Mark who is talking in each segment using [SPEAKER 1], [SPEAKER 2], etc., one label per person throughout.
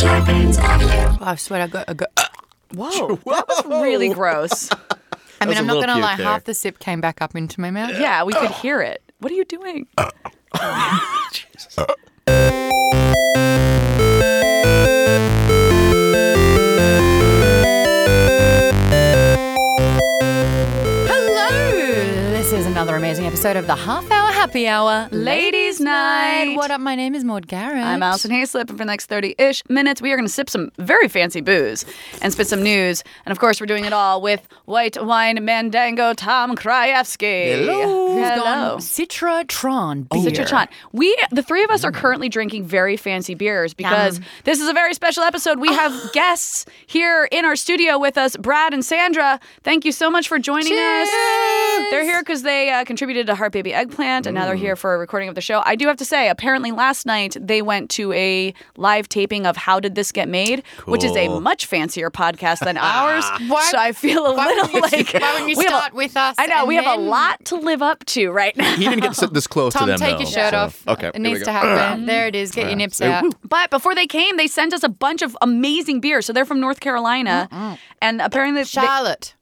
[SPEAKER 1] Scorpions Avenue.
[SPEAKER 2] I swear, I got. I got
[SPEAKER 3] Whoa, that was really gross.
[SPEAKER 2] I mean,
[SPEAKER 3] was a
[SPEAKER 2] I'm not
[SPEAKER 3] little
[SPEAKER 2] going to
[SPEAKER 3] puke
[SPEAKER 2] lie.
[SPEAKER 3] there.
[SPEAKER 2] Half the sip came back up into my mouth.
[SPEAKER 3] yeah, we could hear it. What are you doing?
[SPEAKER 2] Hello. This is another amazing episode of the Half Hour Happy Hour,
[SPEAKER 3] Ladies' Night.
[SPEAKER 2] What up? My name is Maud Garrett.
[SPEAKER 3] I'm Alison Hayslip, and for the next 30 ish minutes, we are going to sip some very fancy booze and spit some news. And of course, we're doing it all with white wine mandango Tom Krajewski. Hello.
[SPEAKER 2] Who's
[SPEAKER 3] Hello. Oh,
[SPEAKER 2] gone? Citra Tron beer.
[SPEAKER 3] Such a chant. We, the three of us, are currently drinking very fancy beers because this is a very special episode. We have guests here in our studio with us, Brad and Sandra. Thank you so much for joining us. They're here because they uh, contributed to Heart Baby Eggplant, and now
[SPEAKER 2] Mm.
[SPEAKER 3] they're here for a recording of the show. I do have to say, apparently last night they went to a live taping of How Did This Get Made, which is a much fancier podcast than ours.
[SPEAKER 2] Why-
[SPEAKER 3] so I feel a
[SPEAKER 2] why
[SPEAKER 3] little
[SPEAKER 2] wouldn't you-
[SPEAKER 3] like
[SPEAKER 2] why wouldn't you
[SPEAKER 3] we have a-
[SPEAKER 2] start with us
[SPEAKER 3] I know
[SPEAKER 2] and
[SPEAKER 3] we have a
[SPEAKER 2] then-
[SPEAKER 3] lot to live up to right now.
[SPEAKER 4] He didn't get to sit this close
[SPEAKER 2] Tom,
[SPEAKER 4] to them.
[SPEAKER 2] take
[SPEAKER 4] though,
[SPEAKER 2] your shirt
[SPEAKER 4] so-
[SPEAKER 2] off.
[SPEAKER 4] Okay,
[SPEAKER 2] it
[SPEAKER 4] here
[SPEAKER 2] needs
[SPEAKER 4] we
[SPEAKER 2] to
[SPEAKER 4] go.
[SPEAKER 2] happen. there it is. Get your nips out.
[SPEAKER 3] But before they came, they sent us a bunch of amazing beers. So they're from North Carolina, and apparently, they-
[SPEAKER 2] Charlotte.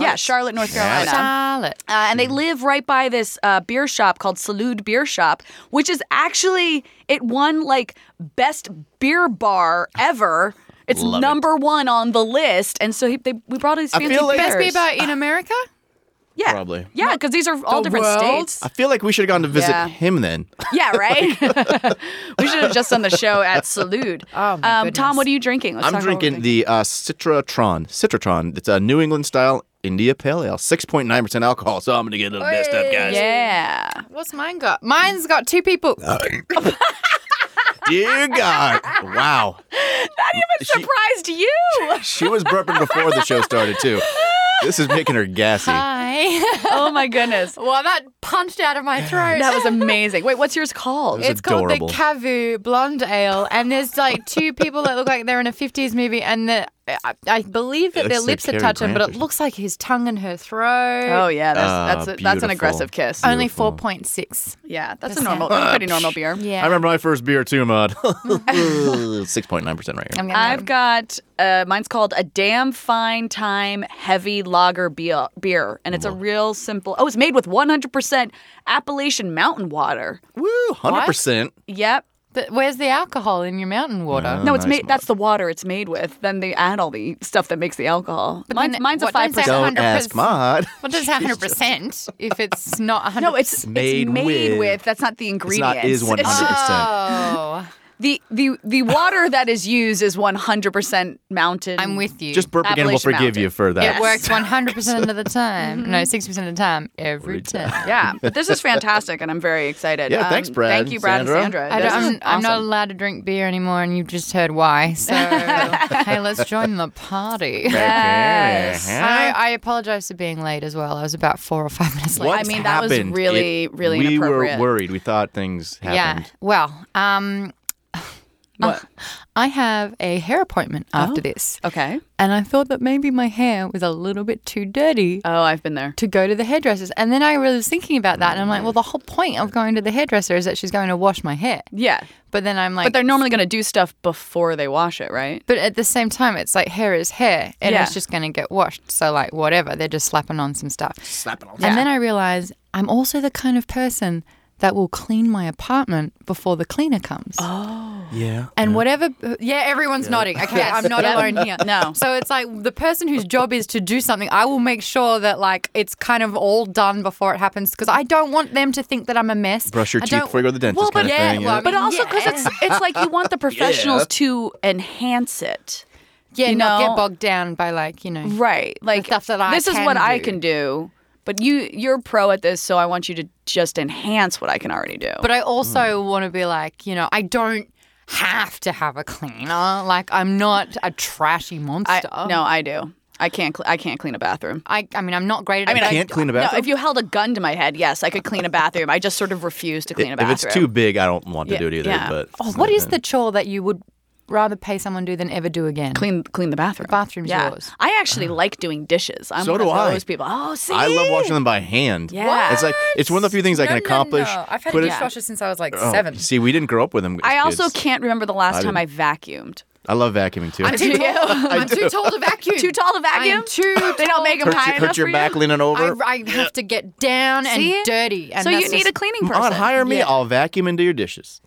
[SPEAKER 3] yeah, Charlotte, North Carolina.
[SPEAKER 2] Charlotte.
[SPEAKER 3] Uh, and they live right by this uh, beer shop called Salud Beer Shop, which is actually it won like best beer bar ever. It's
[SPEAKER 4] Love it.
[SPEAKER 3] number one on the list, and so he, they, we brought all these fancy
[SPEAKER 4] feel like-
[SPEAKER 3] beers.
[SPEAKER 2] Best beer bar in America?
[SPEAKER 3] yeah,
[SPEAKER 4] Probably.
[SPEAKER 3] yeah, because these are all
[SPEAKER 2] The
[SPEAKER 3] different
[SPEAKER 2] world?
[SPEAKER 3] states.
[SPEAKER 4] I feel like we should have gone to visit
[SPEAKER 3] Yeah.
[SPEAKER 4] him then.
[SPEAKER 3] Yeah, right. we should have just done the show at Salud.
[SPEAKER 2] Oh, my
[SPEAKER 3] um, Tom,
[SPEAKER 2] goodness.
[SPEAKER 3] what are you drinking? Let's
[SPEAKER 4] I'm
[SPEAKER 3] talk about what we're
[SPEAKER 4] drinking the uh, Citratron. Citratron. It's a New England style India Pale Ale, 6.9% alcohol. So I'm going to get a little messed up, guys.
[SPEAKER 3] Yeah.
[SPEAKER 2] What's mine got? Mine's got two people.
[SPEAKER 3] Uh,
[SPEAKER 4] Dear God. Wow.
[SPEAKER 3] surprised you.
[SPEAKER 4] She was burping before the show started, too. This is making her gassy.
[SPEAKER 2] Hi.
[SPEAKER 3] oh my goodness.
[SPEAKER 2] well, that punched out of my throat.
[SPEAKER 3] That was amazing. Wait, what's yours called?
[SPEAKER 4] was
[SPEAKER 2] It's
[SPEAKER 4] adorable.
[SPEAKER 2] called the Cavu Blonde Ale, and there's like two people that look like they're in a 50s movie, and the, I, I believe that
[SPEAKER 4] It
[SPEAKER 2] their
[SPEAKER 4] looks like
[SPEAKER 2] lips are
[SPEAKER 4] Cary
[SPEAKER 2] touching, but
[SPEAKER 4] Grant
[SPEAKER 2] it
[SPEAKER 4] or
[SPEAKER 2] looks like his tongue and her throat.
[SPEAKER 3] oh yeah, that's
[SPEAKER 4] Ah,
[SPEAKER 3] that's, a, that's an
[SPEAKER 4] beautiful.
[SPEAKER 3] aggressive kiss.
[SPEAKER 2] Only
[SPEAKER 4] beautiful.
[SPEAKER 2] 4.6.
[SPEAKER 3] yeah, that's a
[SPEAKER 2] Uh, That's
[SPEAKER 3] normal, that's a pretty normal beer.
[SPEAKER 2] Yeah.
[SPEAKER 4] I remember my first beer, too, Mod. 6.9% right here.
[SPEAKER 2] I'm gonna
[SPEAKER 3] I've got uh, mine's called a damn fine time heavy lager beer, beer, and it's a real simple. Oh, it's made with 100% Appalachian mountain water.
[SPEAKER 4] Woo, 100%.
[SPEAKER 3] Yep.
[SPEAKER 2] Th- where's the alcohol in your mountain water?
[SPEAKER 3] No, it's
[SPEAKER 4] nice
[SPEAKER 3] made. That's the water it's made with. Then they add all the stuff that makes the alcohol. mine's
[SPEAKER 2] then
[SPEAKER 3] mine's a
[SPEAKER 2] what don't
[SPEAKER 3] five
[SPEAKER 2] they
[SPEAKER 3] percent.
[SPEAKER 2] have 100%.
[SPEAKER 4] Don't ask Mod.
[SPEAKER 2] What does 100% if it's not 100%?
[SPEAKER 3] No, it's it's made,
[SPEAKER 4] Made
[SPEAKER 3] with.
[SPEAKER 4] with.
[SPEAKER 3] That's not the
[SPEAKER 4] It's
[SPEAKER 3] ingredients.
[SPEAKER 4] not is 100%.
[SPEAKER 3] It's-
[SPEAKER 2] Oh,
[SPEAKER 3] The the the water that is used is 100% mountain.
[SPEAKER 2] I'm with you.
[SPEAKER 4] Just burp again. We'll
[SPEAKER 3] Appalachian
[SPEAKER 4] forgive you
[SPEAKER 3] Mountain.
[SPEAKER 4] for that.
[SPEAKER 2] It works 100% of the time. No, 60% of the time. Every time.
[SPEAKER 3] Yeah, but this is fantastic, and I'm very excited. Um,
[SPEAKER 4] Yeah, thanks, Brad,
[SPEAKER 3] Thank you, Brad
[SPEAKER 4] Sandra.
[SPEAKER 3] and Sandra.
[SPEAKER 2] I
[SPEAKER 3] This
[SPEAKER 2] don't,
[SPEAKER 3] is
[SPEAKER 2] I'm, I'm not
[SPEAKER 3] awesome.
[SPEAKER 2] allowed to drink beer anymore, and you've just heard why. So, hey, let's join the party.
[SPEAKER 3] Yes.
[SPEAKER 2] I, I apologize for being late as well. I was about four or five minutes late.
[SPEAKER 4] What
[SPEAKER 3] I mean, that was
[SPEAKER 4] happened?
[SPEAKER 3] really, really
[SPEAKER 4] We
[SPEAKER 3] inappropriate.
[SPEAKER 4] were worried. We thought things
[SPEAKER 2] Yeah.
[SPEAKER 4] happened.
[SPEAKER 2] Well, um,
[SPEAKER 3] What?
[SPEAKER 2] I have a hair appointment
[SPEAKER 3] Oh.
[SPEAKER 2] after this,
[SPEAKER 3] Okay.
[SPEAKER 2] and I thought that maybe my hair was a little bit too dirty.
[SPEAKER 3] Oh, I've been there.
[SPEAKER 2] to go to the hairdresser's. And then I really was thinking about that, and I'm like, well, the whole point of going to the hairdresser is that she's going to wash my hair.
[SPEAKER 3] Yeah,
[SPEAKER 2] But then I'm like,
[SPEAKER 3] but they're normally going to do stuff before they wash it, right?
[SPEAKER 2] but at the same time, it's like hair is hair, and
[SPEAKER 3] Yeah.
[SPEAKER 2] it's just going to get washed. So like, whatever, they're just slapping on some stuff. Slapping on. And then I realize I'm also the kind of person that will clean my apartment before the cleaner comes. Oh.
[SPEAKER 4] Yeah.
[SPEAKER 2] And whatever, yeah, everyone's nodding. Okay, I'm not alone here.
[SPEAKER 3] No.
[SPEAKER 2] So it's like the person whose job is to do something, I will make sure that like it's kind of all done before it happens because I don't want them to think that I'm a mess.
[SPEAKER 4] Brush your
[SPEAKER 2] I
[SPEAKER 4] teeth
[SPEAKER 2] don't-
[SPEAKER 4] before you go to the dentist.
[SPEAKER 2] Well, but
[SPEAKER 4] kind of
[SPEAKER 2] yeah,
[SPEAKER 4] thing,
[SPEAKER 2] well,
[SPEAKER 4] yeah.
[SPEAKER 2] I mean,
[SPEAKER 3] But also because
[SPEAKER 2] Yeah.
[SPEAKER 3] it's it's like you want the professionals to enhance it.
[SPEAKER 2] Yeah,
[SPEAKER 3] you
[SPEAKER 2] not
[SPEAKER 3] know-
[SPEAKER 2] get bogged down by like, you know.
[SPEAKER 3] Right. Like
[SPEAKER 2] stuff that I
[SPEAKER 3] This is
[SPEAKER 2] can
[SPEAKER 3] what I
[SPEAKER 2] do.
[SPEAKER 3] can do, but you you're pro at this, so I want you to just enhance what I can already do.
[SPEAKER 2] But I also
[SPEAKER 4] Mm.
[SPEAKER 2] want to be like, you know, I don't have to have a cleaner. Like, I'm not a trashy
[SPEAKER 3] I,
[SPEAKER 2] monster.
[SPEAKER 3] no, I do. I can't. Cl- I can't clean a bathroom.
[SPEAKER 2] I, I mean, I'm not great at I
[SPEAKER 3] mean, I-
[SPEAKER 4] Can't clean a
[SPEAKER 3] No,
[SPEAKER 4] bathroom.
[SPEAKER 3] if you held a gun to my head, yes, I could clean a bathroom. I just sort of refuse to clean a
[SPEAKER 4] if
[SPEAKER 3] bathroom.
[SPEAKER 4] it's too big, I don't want to do it either.
[SPEAKER 3] yeah.
[SPEAKER 4] But
[SPEAKER 2] Oh, what is the chore that you would rather pay someone do than ever do again.
[SPEAKER 3] Clean, clean the bathroom.
[SPEAKER 2] Bathroom's
[SPEAKER 3] yeah.
[SPEAKER 2] yours.
[SPEAKER 3] I actually like doing dishes. I'm
[SPEAKER 4] Mm. So
[SPEAKER 3] one
[SPEAKER 4] do
[SPEAKER 3] of
[SPEAKER 4] I.
[SPEAKER 3] those people. Oh, see,
[SPEAKER 4] I love washing them by hand.
[SPEAKER 3] Yeah.
[SPEAKER 4] It's like it's one of the few things I can accomplish.
[SPEAKER 2] I've had
[SPEAKER 4] Put
[SPEAKER 2] a
[SPEAKER 4] it-
[SPEAKER 2] dishwasher since I was like
[SPEAKER 4] Oh,
[SPEAKER 2] seven.
[SPEAKER 4] See, we didn't grow up with them. as
[SPEAKER 3] I also
[SPEAKER 4] kids.
[SPEAKER 3] can't remember the last time I
[SPEAKER 4] didn't.
[SPEAKER 3] vacuumed.
[SPEAKER 4] I love vacuuming too.
[SPEAKER 2] I'm too
[SPEAKER 3] do.
[SPEAKER 2] tall. I'm too tall to vacuum.
[SPEAKER 3] Too tall to
[SPEAKER 2] I
[SPEAKER 3] vacuum.
[SPEAKER 2] am too.
[SPEAKER 3] They don't make them
[SPEAKER 4] hurt
[SPEAKER 3] high
[SPEAKER 4] your,
[SPEAKER 3] enough
[SPEAKER 4] hurt your
[SPEAKER 3] for
[SPEAKER 4] back
[SPEAKER 3] you.
[SPEAKER 4] leaning
[SPEAKER 2] I,
[SPEAKER 4] over.
[SPEAKER 2] I have to get down and
[SPEAKER 3] See?
[SPEAKER 2] dirty. And
[SPEAKER 3] so you
[SPEAKER 2] that's
[SPEAKER 3] need
[SPEAKER 2] just-
[SPEAKER 3] a cleaning person.
[SPEAKER 4] Aunt, hire me.
[SPEAKER 2] Yeah.
[SPEAKER 4] I'll vacuum into your dishes.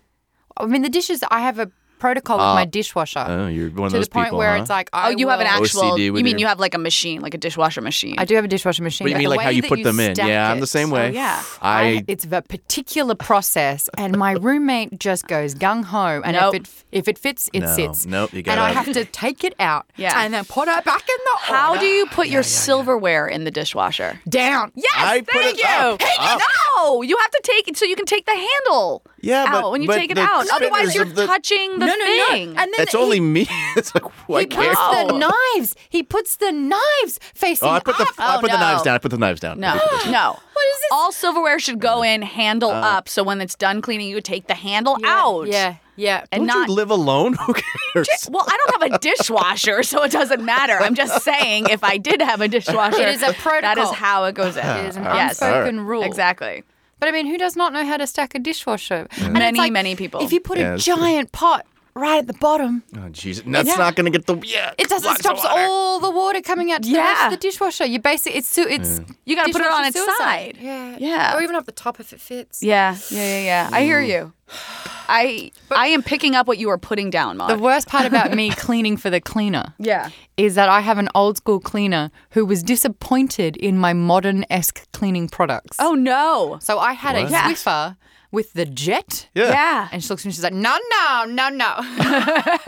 [SPEAKER 2] I mean, the dishes. I have a protocol with my dishwasher
[SPEAKER 4] Oh, you're one of
[SPEAKER 2] to
[SPEAKER 4] those
[SPEAKER 2] the point
[SPEAKER 4] people,
[SPEAKER 2] where
[SPEAKER 4] huh?
[SPEAKER 2] it's like,
[SPEAKER 3] Oh,
[SPEAKER 2] I
[SPEAKER 3] you have an
[SPEAKER 2] will-
[SPEAKER 3] actual.
[SPEAKER 4] OCD
[SPEAKER 3] You
[SPEAKER 4] with
[SPEAKER 3] mean
[SPEAKER 4] your-
[SPEAKER 3] you have like a machine, like a dishwasher machine?
[SPEAKER 2] I do have a dishwasher machine.
[SPEAKER 4] What do you
[SPEAKER 2] but
[SPEAKER 4] mean,
[SPEAKER 2] the
[SPEAKER 4] like how
[SPEAKER 2] way
[SPEAKER 4] you
[SPEAKER 2] that
[SPEAKER 4] put them in?
[SPEAKER 2] stack
[SPEAKER 4] Yeah, I'm
[SPEAKER 2] it-
[SPEAKER 4] the same way.
[SPEAKER 3] yeah.
[SPEAKER 4] I,
[SPEAKER 2] it's a particular process, and my roommate just goes gung ho, and
[SPEAKER 3] Nope.
[SPEAKER 2] if it if it fits, it
[SPEAKER 4] No,
[SPEAKER 2] sits.
[SPEAKER 4] nope, you
[SPEAKER 2] And I
[SPEAKER 4] gotta-
[SPEAKER 2] have to take it out,
[SPEAKER 3] Yeah.
[SPEAKER 2] and then put it back in the
[SPEAKER 3] How
[SPEAKER 2] order.
[SPEAKER 3] do you put your silverware in the dishwasher?
[SPEAKER 2] down?
[SPEAKER 3] Yes,
[SPEAKER 4] I
[SPEAKER 3] thank
[SPEAKER 4] put it
[SPEAKER 3] you.
[SPEAKER 4] up,
[SPEAKER 3] Hey,
[SPEAKER 4] up.
[SPEAKER 3] No, you have to take it so you can take the handle.
[SPEAKER 4] Yeah, but-
[SPEAKER 3] out when you
[SPEAKER 4] but
[SPEAKER 3] take it
[SPEAKER 4] the
[SPEAKER 3] out. Otherwise,
[SPEAKER 4] spinners
[SPEAKER 3] you're
[SPEAKER 4] of the-
[SPEAKER 3] touching the
[SPEAKER 2] no, no,
[SPEAKER 3] thing.
[SPEAKER 2] no. And then
[SPEAKER 4] it's
[SPEAKER 2] he,
[SPEAKER 4] only me. It's like
[SPEAKER 2] he
[SPEAKER 4] what?
[SPEAKER 2] puts
[SPEAKER 4] care?
[SPEAKER 3] can't-
[SPEAKER 2] the knives. He puts the knives facing
[SPEAKER 4] Oh, I put the
[SPEAKER 2] up.
[SPEAKER 4] I
[SPEAKER 3] Oh,
[SPEAKER 4] put the knives
[SPEAKER 3] no.
[SPEAKER 4] down. I put the knives down.
[SPEAKER 3] no, no.
[SPEAKER 2] What is this?
[SPEAKER 3] All silverware should
[SPEAKER 4] Uh,
[SPEAKER 3] go in handle up, so when it's done cleaning, you take the handle out.
[SPEAKER 2] Yeah, yeah.
[SPEAKER 3] and
[SPEAKER 4] Don't
[SPEAKER 3] not.
[SPEAKER 4] you live alone? Who cares?
[SPEAKER 3] well, I don't have a dishwasher, so it doesn't matter. I'm just saying, if I did have a dishwasher,
[SPEAKER 2] It is a
[SPEAKER 3] That is
[SPEAKER 2] protocol.
[SPEAKER 3] how it goes in.
[SPEAKER 2] it is an
[SPEAKER 3] yes,
[SPEAKER 2] unspoken rule.
[SPEAKER 3] exactly.
[SPEAKER 2] But I mean, who does not know how to stack a dishwasher? And
[SPEAKER 3] Many,
[SPEAKER 2] it's like,
[SPEAKER 3] many people.
[SPEAKER 2] If you put
[SPEAKER 4] Yeah,
[SPEAKER 2] a
[SPEAKER 4] that's true.
[SPEAKER 2] giant pot right at the bottom,
[SPEAKER 4] oh, Jesus, that's
[SPEAKER 2] Yeah.
[SPEAKER 4] not going to get the yeah.
[SPEAKER 2] it doesn't
[SPEAKER 4] lots of
[SPEAKER 2] stop
[SPEAKER 4] water.
[SPEAKER 2] all the water coming out to the rest
[SPEAKER 3] Yeah.
[SPEAKER 2] of the dishwasher. You basically it's su- it's
[SPEAKER 3] You gotta put it on
[SPEAKER 2] dishwasher
[SPEAKER 3] its side.
[SPEAKER 2] suicide. Yeah,
[SPEAKER 3] Yeah.
[SPEAKER 2] or even up the top if it fits.
[SPEAKER 3] Yeah, yeah, yeah, yeah. I hear you.
[SPEAKER 4] Mm.
[SPEAKER 3] I I am picking up what you are putting down, Maude.
[SPEAKER 2] The worst part about me cleaning for the cleaner
[SPEAKER 3] yeah.
[SPEAKER 2] is that I have an old school cleaner who was disappointed in my modern esque cleaning products.
[SPEAKER 3] Oh no.
[SPEAKER 2] so I had a
[SPEAKER 4] What?
[SPEAKER 3] Yeah.
[SPEAKER 2] Swiffer with the jet.
[SPEAKER 4] Yeah.
[SPEAKER 3] Yeah.
[SPEAKER 2] And she looks at me and she's like, no, no, no, no.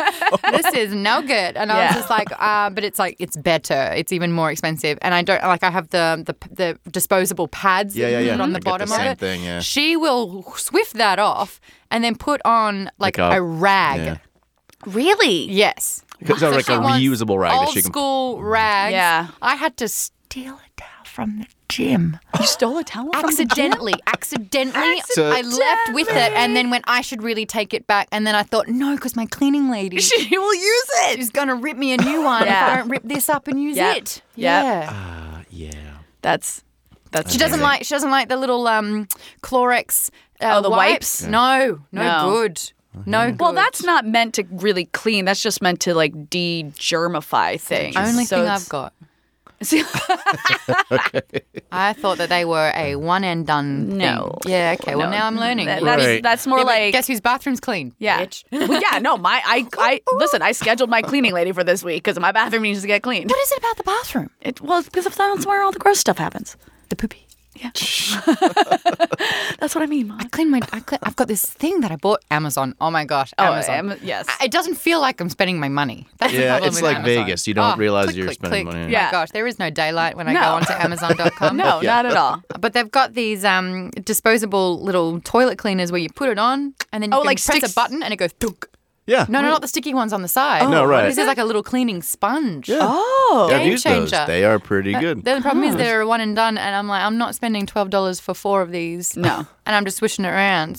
[SPEAKER 2] this is no good. And I was
[SPEAKER 3] Yeah.
[SPEAKER 2] just like, uh, but it's like, it's better. It's even more expensive. And I don't, like, I have the the, the disposable pads
[SPEAKER 4] Yeah,
[SPEAKER 2] that
[SPEAKER 4] yeah,
[SPEAKER 2] you
[SPEAKER 4] yeah.
[SPEAKER 2] put on the
[SPEAKER 4] I get the
[SPEAKER 2] bottom
[SPEAKER 4] same
[SPEAKER 2] of it.
[SPEAKER 4] thing, yeah.
[SPEAKER 2] She will swift that off and then put on like,
[SPEAKER 4] Like
[SPEAKER 2] a,
[SPEAKER 4] a-
[SPEAKER 2] rag.
[SPEAKER 4] yeah.
[SPEAKER 3] Really?
[SPEAKER 2] Yes.
[SPEAKER 4] Comes out like
[SPEAKER 2] she
[SPEAKER 4] a
[SPEAKER 2] wants
[SPEAKER 4] reusable rag that
[SPEAKER 2] Old
[SPEAKER 4] she can-
[SPEAKER 2] school rags.
[SPEAKER 3] Yeah.
[SPEAKER 2] I had to steal a towel from the gym
[SPEAKER 3] You stole a towel from the gym?
[SPEAKER 2] accidentally, accidentally, I left with it, and then when I should really take it back, and then I thought no, because my cleaning lady
[SPEAKER 3] She will use it.
[SPEAKER 2] is gonna rip me a new one if
[SPEAKER 3] Yeah.
[SPEAKER 2] I don't rip this up and use
[SPEAKER 3] Yep.
[SPEAKER 2] it.
[SPEAKER 3] Yep. Ah,
[SPEAKER 2] Yeah,
[SPEAKER 4] Yeah.
[SPEAKER 3] That's that's
[SPEAKER 2] she doesn't like she doesn't like the little um Clorox. Uh,
[SPEAKER 3] Oh, the wipes?
[SPEAKER 2] No, no,
[SPEAKER 3] No.
[SPEAKER 2] good. No, good.
[SPEAKER 3] Well, that's not meant to really clean. That's just meant to like de-germify things.
[SPEAKER 2] only
[SPEAKER 3] So
[SPEAKER 2] thing
[SPEAKER 3] it's-
[SPEAKER 2] I've got.
[SPEAKER 3] See,
[SPEAKER 2] I thought that they were a one and done.
[SPEAKER 3] No.
[SPEAKER 2] thing. Yeah. Okay. Well,
[SPEAKER 3] No,
[SPEAKER 2] now I'm learning.
[SPEAKER 3] that- that is-
[SPEAKER 4] Right.
[SPEAKER 3] that's more
[SPEAKER 2] Yeah, but
[SPEAKER 3] like
[SPEAKER 2] guess whose bathroom's clean?
[SPEAKER 3] yeah,
[SPEAKER 2] Bitch.
[SPEAKER 3] Well, yeah. No, my I I listen. I scheduled my cleaning lady for this week because my bathroom needs to get cleaned.
[SPEAKER 2] What is it about the bathroom?
[SPEAKER 3] It, well, it's because that's where all the gross stuff happens.
[SPEAKER 2] The poopy.
[SPEAKER 3] That's what I mean. Mom.
[SPEAKER 2] I clean my. I clean, I've got this thing that I bought Amazon. Oh my gosh, Amazon.
[SPEAKER 3] Am- yes.
[SPEAKER 2] I- it doesn't feel like I'm spending my money. That's the
[SPEAKER 4] Yeah,
[SPEAKER 2] problem
[SPEAKER 4] it's
[SPEAKER 2] with
[SPEAKER 4] like
[SPEAKER 2] Amazon. Oh,
[SPEAKER 4] Vegas. You don't realize
[SPEAKER 2] click,
[SPEAKER 4] you're
[SPEAKER 2] click,
[SPEAKER 4] spending
[SPEAKER 2] click.
[SPEAKER 4] money.
[SPEAKER 2] Oh
[SPEAKER 3] Yeah.
[SPEAKER 2] my gosh, there is no daylight when I
[SPEAKER 3] No.
[SPEAKER 2] go onto Amazon.com.
[SPEAKER 3] No, not at all.
[SPEAKER 2] But they've got these um, disposable little toilet cleaners where you put it on and then you
[SPEAKER 3] Oh,
[SPEAKER 2] can
[SPEAKER 3] like
[SPEAKER 2] press
[SPEAKER 3] sticks-
[SPEAKER 2] a button and it goes. Thunk.
[SPEAKER 4] Yeah.
[SPEAKER 2] No, no, not the sticky ones on the side.
[SPEAKER 4] No, right.
[SPEAKER 2] This is like a little cleaning sponge.
[SPEAKER 4] Yeah.
[SPEAKER 3] Oh,
[SPEAKER 4] I've
[SPEAKER 2] game
[SPEAKER 4] used those.
[SPEAKER 2] changer.
[SPEAKER 4] They are pretty good.
[SPEAKER 2] Then the problem is they're a one and done, and I'm like, I'm not spending twelve dollars for four of these.
[SPEAKER 3] No.
[SPEAKER 2] and I'm just swishing it around.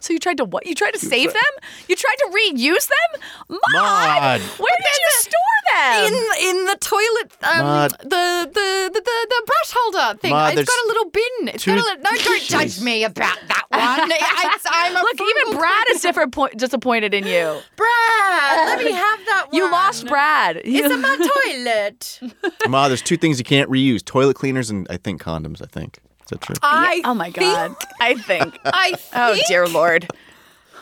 [SPEAKER 3] so you tried to what? You tried to save them? You tried to reuse them? Mom, where
[SPEAKER 4] Maud.
[SPEAKER 3] did you store
[SPEAKER 2] in
[SPEAKER 3] them?
[SPEAKER 4] Um,
[SPEAKER 2] in the toilet um,
[SPEAKER 4] Maude.
[SPEAKER 2] the, the the the brush holder thing.
[SPEAKER 4] Maude,
[SPEAKER 2] it's got
[SPEAKER 4] there's
[SPEAKER 2] a little bin. It's
[SPEAKER 4] two-
[SPEAKER 2] got a little, no. Don't judge
[SPEAKER 4] Jeez.
[SPEAKER 2] me about that one. I, I'm a
[SPEAKER 3] Look, even
[SPEAKER 2] frugal
[SPEAKER 3] Brad is different point, disappointed in you.
[SPEAKER 2] Brad. Let me have that one.
[SPEAKER 3] You lost Brad.
[SPEAKER 2] It's
[SPEAKER 3] You-
[SPEAKER 2] in my toilet.
[SPEAKER 4] Ma, there's two things you can't reuse: toilet cleaners and I think condoms. I think is that true?
[SPEAKER 2] I
[SPEAKER 3] oh my god. I think.
[SPEAKER 2] I think.
[SPEAKER 3] Oh dear lord.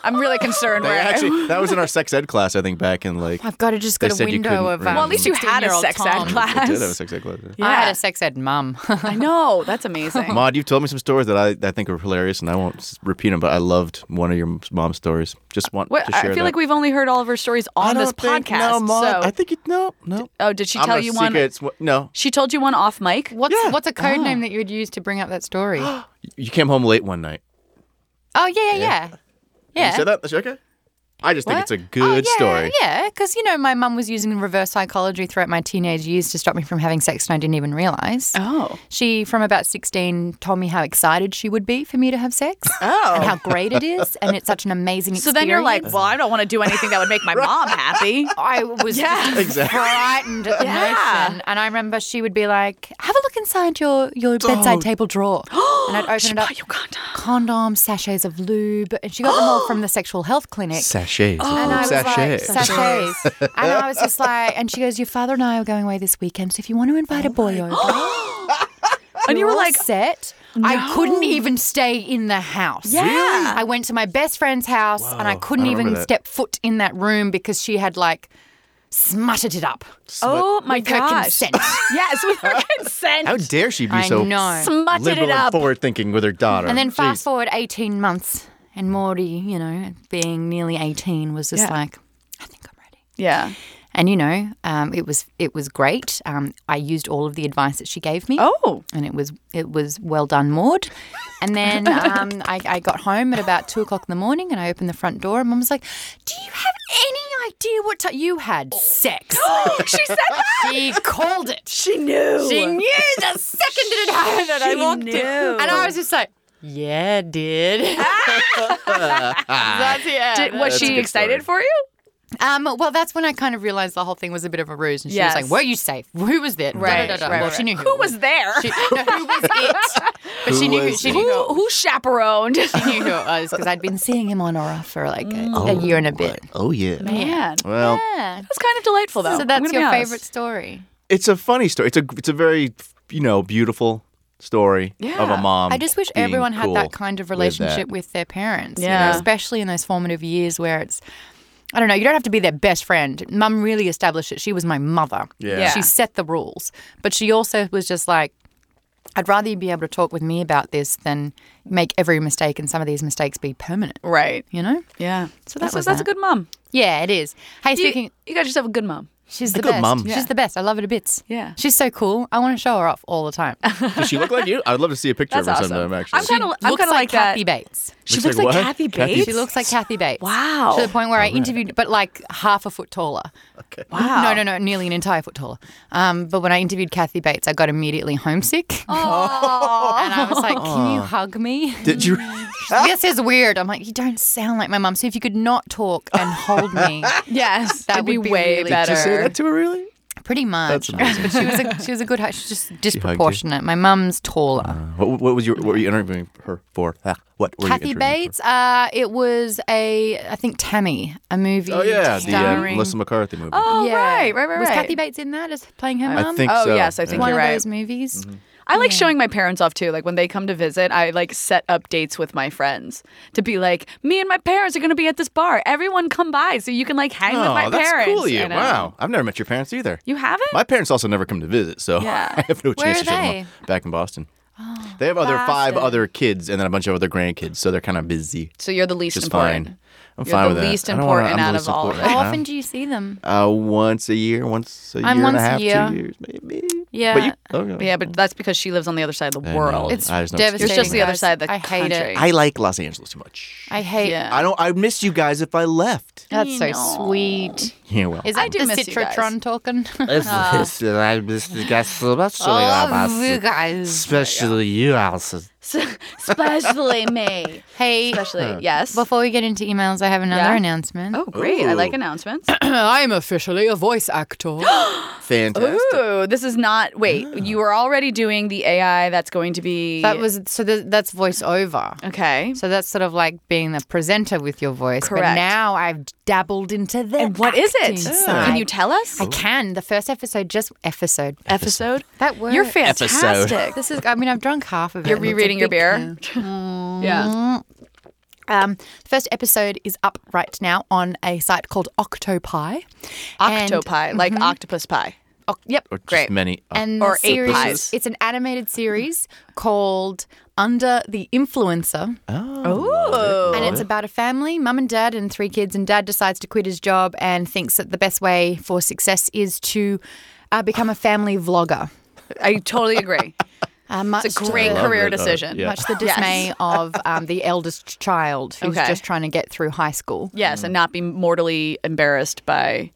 [SPEAKER 3] I'm really concerned.
[SPEAKER 4] They
[SPEAKER 3] where
[SPEAKER 4] actually, that was in our sex ed class. I think back in like.
[SPEAKER 2] I've got to just
[SPEAKER 4] They
[SPEAKER 2] get a
[SPEAKER 4] said you couldn't
[SPEAKER 2] window of.
[SPEAKER 4] read.
[SPEAKER 2] Um,
[SPEAKER 4] Well,
[SPEAKER 3] at least you had a
[SPEAKER 2] 16-year-old
[SPEAKER 3] sex ed
[SPEAKER 2] Tom.
[SPEAKER 3] class.
[SPEAKER 4] I did have a sex ed class. yeah.
[SPEAKER 2] I had
[SPEAKER 3] Yeah.
[SPEAKER 2] a sex ed mum.
[SPEAKER 3] I know. That's amazing.
[SPEAKER 4] Maud, you've told me some stories that I, I think are hilarious, and I won't s- repeat them. But I loved one of your mom's stories. Just want
[SPEAKER 3] What-
[SPEAKER 4] to
[SPEAKER 3] I
[SPEAKER 4] share.
[SPEAKER 3] feel
[SPEAKER 4] that.
[SPEAKER 3] like we've only heard all of her stories
[SPEAKER 4] I
[SPEAKER 3] on
[SPEAKER 4] don't
[SPEAKER 3] this
[SPEAKER 4] think-
[SPEAKER 3] podcast.
[SPEAKER 4] No, Maud.
[SPEAKER 3] so,
[SPEAKER 4] I think it, no, no.
[SPEAKER 3] oh, did she
[SPEAKER 4] I'm
[SPEAKER 3] tell
[SPEAKER 4] gonna
[SPEAKER 3] you
[SPEAKER 4] seek
[SPEAKER 3] one?
[SPEAKER 4] It's, no,
[SPEAKER 3] She told you one off mic.
[SPEAKER 2] What's
[SPEAKER 4] Yeah. Oh.
[SPEAKER 2] what's a code name that you would use to bring up that story? oh
[SPEAKER 4] you came home late one night.
[SPEAKER 2] yeah, yeah, yeah. Yeah.
[SPEAKER 4] You said that. Is she okay? I just think it's a good
[SPEAKER 2] yeah,
[SPEAKER 4] story.
[SPEAKER 2] Yeah, because you know my mum was using reverse psychology throughout my teenage years to stop me from having sex, and I didn't even realize.
[SPEAKER 3] Oh.
[SPEAKER 2] She, from about 16, told me how excited she would be for me to have sex
[SPEAKER 3] Oh.
[SPEAKER 2] and how great it is, and it's such an amazing experience.
[SPEAKER 3] So then you're like, well, I don't want to do anything that would make my mom happy.
[SPEAKER 2] I was
[SPEAKER 3] Yeah.
[SPEAKER 4] Exactly.
[SPEAKER 2] frightened at the
[SPEAKER 3] Yeah.
[SPEAKER 2] notion, and I remember she would be like, "Have a look inside your your bedside table drawer," and I'd open it up.
[SPEAKER 3] you condoms.
[SPEAKER 2] Condoms, sachets of lube, and she got them all from the sexual health clinic.
[SPEAKER 4] Sachets.
[SPEAKER 2] Oh, And I was
[SPEAKER 4] sachets.
[SPEAKER 2] like, sachets. and I was just like, and she goes, Your father and I are going away this weekend, so if you want to invite a boy
[SPEAKER 4] Oh
[SPEAKER 2] over.
[SPEAKER 3] And you were
[SPEAKER 2] you're all
[SPEAKER 3] like,
[SPEAKER 2] set. I couldn't even stay in the house. Yeah. I went to my best friend's house and I couldn't
[SPEAKER 4] I
[SPEAKER 2] even
[SPEAKER 4] remember that.
[SPEAKER 2] step foot in that room because she had like smutted it up.
[SPEAKER 3] oh my
[SPEAKER 2] With her
[SPEAKER 3] gosh.
[SPEAKER 2] consent.
[SPEAKER 3] yes, with her consent.
[SPEAKER 4] How dare she be
[SPEAKER 2] I
[SPEAKER 4] so
[SPEAKER 2] know.
[SPEAKER 3] Smutted
[SPEAKER 4] liberal
[SPEAKER 3] it
[SPEAKER 4] and
[SPEAKER 3] up.
[SPEAKER 4] forward thinking with her daughter?
[SPEAKER 2] And then fast
[SPEAKER 4] Jeez.
[SPEAKER 2] forward 18 months and Morty, you know, being nearly 18 was just
[SPEAKER 3] Yeah.
[SPEAKER 2] like, I think I'm ready.
[SPEAKER 3] Yeah.
[SPEAKER 2] And you know, um, it was it was great. Um, I used all of the advice that she gave me.
[SPEAKER 3] Oh.
[SPEAKER 2] and it was it was well done, Maud. And then um, I, I got home at about two o'clock in the morning, and I opened the front door, and Mum was like, "Do you have any idea what time you had sex?"
[SPEAKER 3] she said that.
[SPEAKER 2] she called it. She,
[SPEAKER 3] knew.
[SPEAKER 2] knew the second it happened, and I
[SPEAKER 3] She
[SPEAKER 2] walked
[SPEAKER 3] knew.
[SPEAKER 2] in, and I was just like, "Yeah, did." That's yeah.
[SPEAKER 3] Did, was
[SPEAKER 4] That's a
[SPEAKER 3] she
[SPEAKER 4] good
[SPEAKER 3] excited for
[SPEAKER 4] story.
[SPEAKER 3] you?
[SPEAKER 2] Um, well, that's when I kind of realized the whole thing was a bit of a ruse, and she
[SPEAKER 3] Yes.
[SPEAKER 2] was like, "Were you safe? Who was there?" Da, da,
[SPEAKER 3] Right,
[SPEAKER 2] da, da.
[SPEAKER 3] right,
[SPEAKER 2] Well,
[SPEAKER 3] right,
[SPEAKER 2] she knew
[SPEAKER 3] Who was there?
[SPEAKER 2] She, no, who was it? But she
[SPEAKER 4] Who
[SPEAKER 2] knew. Who,
[SPEAKER 4] was
[SPEAKER 2] she
[SPEAKER 4] it?
[SPEAKER 2] knew
[SPEAKER 3] who,
[SPEAKER 2] who,
[SPEAKER 3] who chaperoned?
[SPEAKER 2] she knew who it was because I'd been seeing him on and off for like a, a year and a bit.
[SPEAKER 4] Oh yeah.
[SPEAKER 3] Man, Mm. Oh. that's
[SPEAKER 4] Well,
[SPEAKER 2] Yeah.
[SPEAKER 3] kind of delightful though.
[SPEAKER 2] So
[SPEAKER 3] I'm
[SPEAKER 2] that's
[SPEAKER 3] gonna be
[SPEAKER 2] your
[SPEAKER 3] honest.
[SPEAKER 2] favorite story.
[SPEAKER 4] it's a funny story. It's a it's a very you know beautiful story of
[SPEAKER 3] Yeah.
[SPEAKER 4] a mom.
[SPEAKER 2] I just wish
[SPEAKER 4] being
[SPEAKER 2] everyone had
[SPEAKER 4] cool
[SPEAKER 2] that kind of
[SPEAKER 4] with that.
[SPEAKER 2] relationship with, their parents. you know,
[SPEAKER 3] Yeah.
[SPEAKER 2] especially in those formative years where it's. I don't know. You don't have to be their best friend. Mum really established it. She was my mother.
[SPEAKER 4] Yeah.
[SPEAKER 3] Yeah.
[SPEAKER 2] She set the rules. But she also was just like, I'd rather you be able to talk with me about this than make every mistake and some of these mistakes be permanent,
[SPEAKER 3] Right.
[SPEAKER 2] you know?
[SPEAKER 3] Yeah. So
[SPEAKER 2] that
[SPEAKER 3] that's
[SPEAKER 2] was
[SPEAKER 3] that's a
[SPEAKER 2] that.
[SPEAKER 3] good mom.
[SPEAKER 2] Yeah, it is. Hey,
[SPEAKER 3] You,
[SPEAKER 2] speaking,
[SPEAKER 3] you got yourself a good mom.
[SPEAKER 2] she's the
[SPEAKER 4] good
[SPEAKER 2] best.
[SPEAKER 4] mum.
[SPEAKER 2] She's the best. I love her to bits.
[SPEAKER 3] Yeah.
[SPEAKER 2] she's so cool. I want to show her off all the time.
[SPEAKER 4] Does she look like you? I'd love to see a picture
[SPEAKER 3] That's
[SPEAKER 4] of her
[SPEAKER 3] awesome.
[SPEAKER 4] sometime. Actually,
[SPEAKER 3] I'm kind of I'm
[SPEAKER 2] Looks
[SPEAKER 3] kind of like, that.
[SPEAKER 2] Kathy Bates.
[SPEAKER 3] She
[SPEAKER 4] Looks
[SPEAKER 3] looks
[SPEAKER 4] like
[SPEAKER 3] like
[SPEAKER 4] what?
[SPEAKER 3] Kathy
[SPEAKER 4] Kathy
[SPEAKER 3] Bates.
[SPEAKER 2] She looks like Kathy Bates.
[SPEAKER 3] Wow.
[SPEAKER 2] To the point where I interviewed, but like half a foot taller.
[SPEAKER 3] Wow.
[SPEAKER 2] No, no, no, nearly an entire foot taller. Um, but when I interviewed Kathy Bates, I got immediately homesick. And I was like, can you hug me?
[SPEAKER 4] Did you?
[SPEAKER 2] this is weird. I'm like, you don't sound like my mum. So if you could not talk and hold me,
[SPEAKER 3] Yes, that
[SPEAKER 2] It'd
[SPEAKER 3] would
[SPEAKER 2] be
[SPEAKER 3] be
[SPEAKER 2] really
[SPEAKER 3] way
[SPEAKER 2] good.
[SPEAKER 3] better.
[SPEAKER 4] Did you say that to her? Really?
[SPEAKER 2] pretty much.
[SPEAKER 4] That's amazing.
[SPEAKER 2] But she was a she was a good hug. She's just disproportionate. My mum's taller.
[SPEAKER 4] Uh, What, what was your? What were you interviewing her for? Ah, What were you
[SPEAKER 2] Kathy
[SPEAKER 4] interviewing her
[SPEAKER 2] Bates. Uh, it was a I think Tammy, a movie.
[SPEAKER 4] for? Oh yeah, the uh,
[SPEAKER 2] starring.
[SPEAKER 4] Melissa McCarthy movie.
[SPEAKER 3] Oh
[SPEAKER 2] yeah.
[SPEAKER 3] right, right, right,
[SPEAKER 2] Was
[SPEAKER 3] right.
[SPEAKER 2] Kathy Bates in that as playing her
[SPEAKER 4] I
[SPEAKER 2] mum?
[SPEAKER 4] think
[SPEAKER 3] Oh,
[SPEAKER 4] so.
[SPEAKER 3] yes, I
[SPEAKER 4] Yeah.
[SPEAKER 3] think
[SPEAKER 2] one
[SPEAKER 3] you're
[SPEAKER 2] of
[SPEAKER 3] right.
[SPEAKER 2] those movies.
[SPEAKER 3] I like showing my parents off too. Like when they come to visit, I like set up dates with my friends to be like, me and my parents are going to be at this bar. Everyone come by so you can like hang with
[SPEAKER 4] Oh,
[SPEAKER 3] my
[SPEAKER 4] that's
[SPEAKER 3] parents.
[SPEAKER 4] cool of you.
[SPEAKER 3] I know.
[SPEAKER 4] Wow, I've never met your parents either.
[SPEAKER 3] You haven't?
[SPEAKER 4] My parents also never come to visit, so
[SPEAKER 3] Yeah.
[SPEAKER 4] I have no
[SPEAKER 2] Where are
[SPEAKER 4] chance to show
[SPEAKER 2] they?
[SPEAKER 4] them up. back in Boston.
[SPEAKER 3] Oh,
[SPEAKER 4] they have other five
[SPEAKER 2] Boston.
[SPEAKER 4] other kids and then a bunch of other grandkids, so they're kind of busy.
[SPEAKER 3] so you're the least
[SPEAKER 4] Just
[SPEAKER 3] important.
[SPEAKER 4] fine. I'm
[SPEAKER 3] You're
[SPEAKER 4] fine
[SPEAKER 3] the
[SPEAKER 4] with that.
[SPEAKER 3] least
[SPEAKER 4] I don't wanna-
[SPEAKER 3] important
[SPEAKER 4] I'm
[SPEAKER 3] out
[SPEAKER 4] the
[SPEAKER 3] of
[SPEAKER 4] least
[SPEAKER 3] all.
[SPEAKER 4] important.
[SPEAKER 2] How
[SPEAKER 4] Huh?
[SPEAKER 2] often do you see them?
[SPEAKER 4] Uh, once a year, once a year
[SPEAKER 2] I'm
[SPEAKER 4] and
[SPEAKER 2] once
[SPEAKER 4] a
[SPEAKER 2] a
[SPEAKER 4] half,
[SPEAKER 2] year.
[SPEAKER 4] two years, maybe.
[SPEAKER 2] Yeah.
[SPEAKER 4] But you, okay.
[SPEAKER 3] Yeah, but that's because she lives on the other side of the
[SPEAKER 4] I know.
[SPEAKER 3] world.
[SPEAKER 2] It's
[SPEAKER 4] I just know
[SPEAKER 2] devastating.
[SPEAKER 4] It's
[SPEAKER 3] You're just the other
[SPEAKER 2] guys.
[SPEAKER 3] side of the
[SPEAKER 2] I hate
[SPEAKER 3] country.
[SPEAKER 2] it.
[SPEAKER 4] I like Los Angeles too much.
[SPEAKER 2] I hate.
[SPEAKER 3] Yeah.
[SPEAKER 4] I don't. I miss you guys if I left.
[SPEAKER 2] That's so
[SPEAKER 3] No.
[SPEAKER 2] sweet.
[SPEAKER 4] Yeah, well.
[SPEAKER 2] Is
[SPEAKER 3] I
[SPEAKER 2] that
[SPEAKER 3] do
[SPEAKER 2] the
[SPEAKER 3] miss you guys.
[SPEAKER 2] Citrotron talking?
[SPEAKER 1] It's, it's, I miss you guys so much.
[SPEAKER 2] Oh,
[SPEAKER 3] Oh,
[SPEAKER 1] Love
[SPEAKER 2] guys.
[SPEAKER 1] Especially you, Allison.
[SPEAKER 3] especially me.
[SPEAKER 2] Hey,
[SPEAKER 3] Especially yes.
[SPEAKER 2] before we get into emails, I have another
[SPEAKER 3] Yeah?
[SPEAKER 2] announcement.
[SPEAKER 3] oh great! I
[SPEAKER 4] Ooh.
[SPEAKER 3] like announcements.
[SPEAKER 2] I'm officially a voice actor.
[SPEAKER 4] Fantastic.
[SPEAKER 3] Ooh, this is not. Wait, you were already doing the AI that's going to be.
[SPEAKER 2] that was so. Th- that's voiceover.
[SPEAKER 3] okay.
[SPEAKER 2] So that's sort of like being the presenter with your voice. But
[SPEAKER 3] Correct.
[SPEAKER 2] now I've dabbled into the
[SPEAKER 3] And what is it?
[SPEAKER 2] acting
[SPEAKER 3] Can
[SPEAKER 2] side.
[SPEAKER 3] you tell us?
[SPEAKER 2] I can. The first episode, just episode.
[SPEAKER 3] episode.
[SPEAKER 2] That word.
[SPEAKER 3] You're fantastic.
[SPEAKER 2] This is. I mean, I've drunk half of it.
[SPEAKER 3] You're
[SPEAKER 2] It's a
[SPEAKER 3] rereading your
[SPEAKER 2] big-
[SPEAKER 3] beer. yeah.
[SPEAKER 2] Um, the first episode is up right now on a site called Octopi. And- mm-hmm.
[SPEAKER 3] Octopi, like octopus pie.
[SPEAKER 2] Oc- yep.
[SPEAKER 4] Or just
[SPEAKER 3] Great.
[SPEAKER 4] many. uh,
[SPEAKER 2] And the
[SPEAKER 3] Or eight
[SPEAKER 2] series,
[SPEAKER 3] pies.
[SPEAKER 2] it's an animated series called Under the Influencer.
[SPEAKER 4] Oh.
[SPEAKER 3] oh. Ooh.
[SPEAKER 2] And it's about a family, mum and dad, and three kids. And dad decides to quit his job and thinks that the best way for success is to uh, become a family vlogger.
[SPEAKER 3] I totally agree.
[SPEAKER 2] Uh, much
[SPEAKER 3] It's a
[SPEAKER 2] to
[SPEAKER 3] great
[SPEAKER 2] the-
[SPEAKER 4] I love
[SPEAKER 3] career
[SPEAKER 4] it, uh,
[SPEAKER 3] decision.
[SPEAKER 4] yeah.
[SPEAKER 2] Much to the dismay of um, the eldest child who's
[SPEAKER 3] Okay.
[SPEAKER 2] just trying to get through high school.
[SPEAKER 3] Yes, and not be mortally embarrassed by.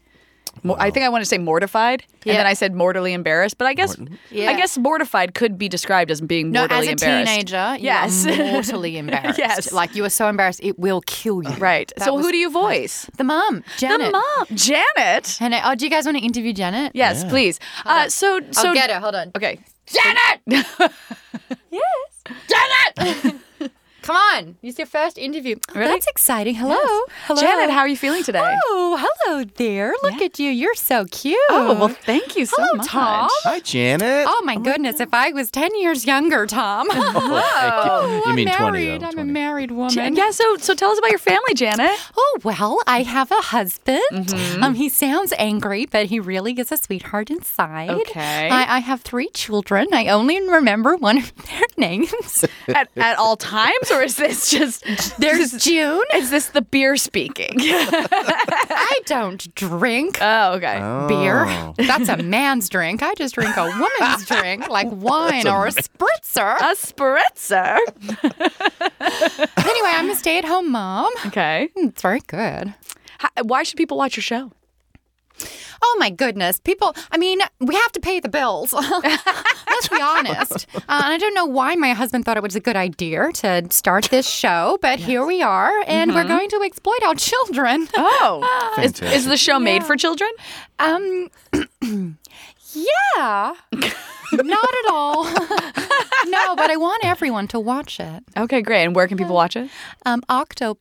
[SPEAKER 3] Mo- I think I want to say mortified, and then
[SPEAKER 2] Yeah.
[SPEAKER 3] I said mortally embarrassed. But I guess I
[SPEAKER 2] Yeah.
[SPEAKER 3] guess mortified could be described as being
[SPEAKER 2] No,
[SPEAKER 3] mortally
[SPEAKER 2] as a
[SPEAKER 3] embarrassed.
[SPEAKER 2] teenager, you
[SPEAKER 3] yes,
[SPEAKER 2] are mortally embarrassed.
[SPEAKER 3] Yes.
[SPEAKER 2] Like you are so embarrassed, it will kill you.
[SPEAKER 3] right.
[SPEAKER 2] That
[SPEAKER 3] so
[SPEAKER 2] was-
[SPEAKER 3] who do you voice?
[SPEAKER 2] The mom, Janet.
[SPEAKER 3] The mom, Janet.
[SPEAKER 2] And I- oh, do you guys want to interview Janet?
[SPEAKER 3] Yes, please. Uh, so so
[SPEAKER 2] I'll get her. Hold on.
[SPEAKER 3] okay.
[SPEAKER 2] Come on. It's your first interview.
[SPEAKER 3] Really?
[SPEAKER 2] Oh, That's exciting. Hello. Hello.
[SPEAKER 3] Janet, how are you feeling today?
[SPEAKER 2] Oh, hello there. Look at you. You're so cute.
[SPEAKER 3] Oh, well, thank you so
[SPEAKER 2] Hello,
[SPEAKER 3] much.
[SPEAKER 2] Tom.
[SPEAKER 4] Hi, Janet.
[SPEAKER 2] Oh my goodness! If I was ten years younger, Tom. Oh,
[SPEAKER 4] Oh, you mean
[SPEAKER 2] I'm
[SPEAKER 4] 20,
[SPEAKER 2] married.
[SPEAKER 4] though,
[SPEAKER 2] I'm a
[SPEAKER 4] 20.
[SPEAKER 2] married
[SPEAKER 3] Ja-
[SPEAKER 2] woman.
[SPEAKER 3] Yeah, so so tell us about your family, Janet.
[SPEAKER 2] Oh well, I have a husband. Um, he sounds angry, but he really is a sweetheart inside.
[SPEAKER 3] Okay.
[SPEAKER 2] I, I have three children. I only remember one of their names.
[SPEAKER 3] At, at all times, or is this just
[SPEAKER 2] There's June.
[SPEAKER 3] is this the beer speaking?
[SPEAKER 2] I don't drink.
[SPEAKER 3] oh, okay.
[SPEAKER 2] beer.
[SPEAKER 4] Oh.
[SPEAKER 2] That's a man's drink. I just drink a woman's drink, like wine or a spritzer.
[SPEAKER 3] A spritzer.
[SPEAKER 2] Anyway, I'm a stay at home mom. Hmm,
[SPEAKER 3] Okay.
[SPEAKER 2] It's very good.
[SPEAKER 3] How- why should people watch your show?
[SPEAKER 2] Oh my goodness. People, I mean, we have to pay the bills. Let's be honest. Uh, and I don't know why my husband thought it was a good idea to start this show, but here we are, and we're going to exploit our children.
[SPEAKER 3] Oh, is,
[SPEAKER 4] Fantastic.
[SPEAKER 3] is the show made for children?
[SPEAKER 2] Um, yeah. Not at all. no, but I want everyone to watch it.
[SPEAKER 3] Okay, great. And where can people watch it?
[SPEAKER 2] Um, Octo.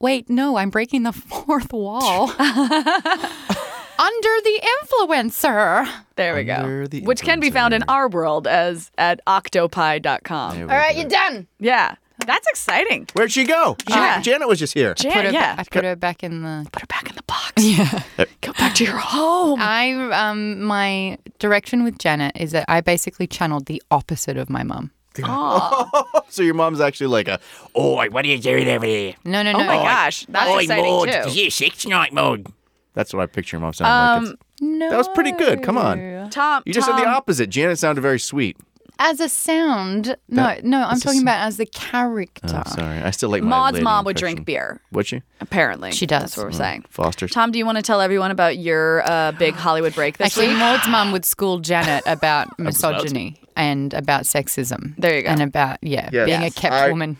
[SPEAKER 2] Wait, no, I'm breaking the fourth wall. Under the influencer.
[SPEAKER 3] There we go.
[SPEAKER 4] Under the
[SPEAKER 3] Which can be found in our world as at octopi.com.
[SPEAKER 2] All right, you're done.
[SPEAKER 3] Yeah. That's exciting.
[SPEAKER 4] Where'd she go? She-
[SPEAKER 3] Yeah.
[SPEAKER 4] Janet was just here.
[SPEAKER 3] Jan, yeah.
[SPEAKER 2] I put her back in the.
[SPEAKER 3] Put it back in the box. Yeah. Go back to your home.
[SPEAKER 2] I um my direction with Janet is that I basically channeled the opposite of my mum.
[SPEAKER 4] so your mom's actually like a, oh, what are you doing over here?
[SPEAKER 2] No, no, no.
[SPEAKER 3] Oh my gosh. That's exciting too.
[SPEAKER 1] six night mode.
[SPEAKER 4] That's what I picture your mom sounding like.
[SPEAKER 2] No.
[SPEAKER 4] That was pretty good. Come on.
[SPEAKER 3] Tom,
[SPEAKER 4] You just
[SPEAKER 3] Tom,
[SPEAKER 4] said the opposite. Janet sounded very sweet.
[SPEAKER 2] As a sound. No, no, I'm talking about as the character.
[SPEAKER 4] Oh, I'm sorry. I still like my
[SPEAKER 3] Maud's
[SPEAKER 4] Ah. lady
[SPEAKER 3] mom would
[SPEAKER 4] impression.
[SPEAKER 3] drink beer,
[SPEAKER 4] Would she?
[SPEAKER 3] apparently.
[SPEAKER 2] She does.
[SPEAKER 3] That's what we're saying.
[SPEAKER 4] Mm-hmm. Foster.
[SPEAKER 3] Tom, do you want to tell everyone about your uh, big Hollywood break this
[SPEAKER 2] Actually,
[SPEAKER 3] week?
[SPEAKER 2] Maud's mum would school Janet about misogyny and about sexism.
[SPEAKER 3] There you go.
[SPEAKER 2] And about, yeah,
[SPEAKER 4] Yes.
[SPEAKER 2] being a
[SPEAKER 4] Yes.
[SPEAKER 2] kept
[SPEAKER 4] I-
[SPEAKER 2] woman.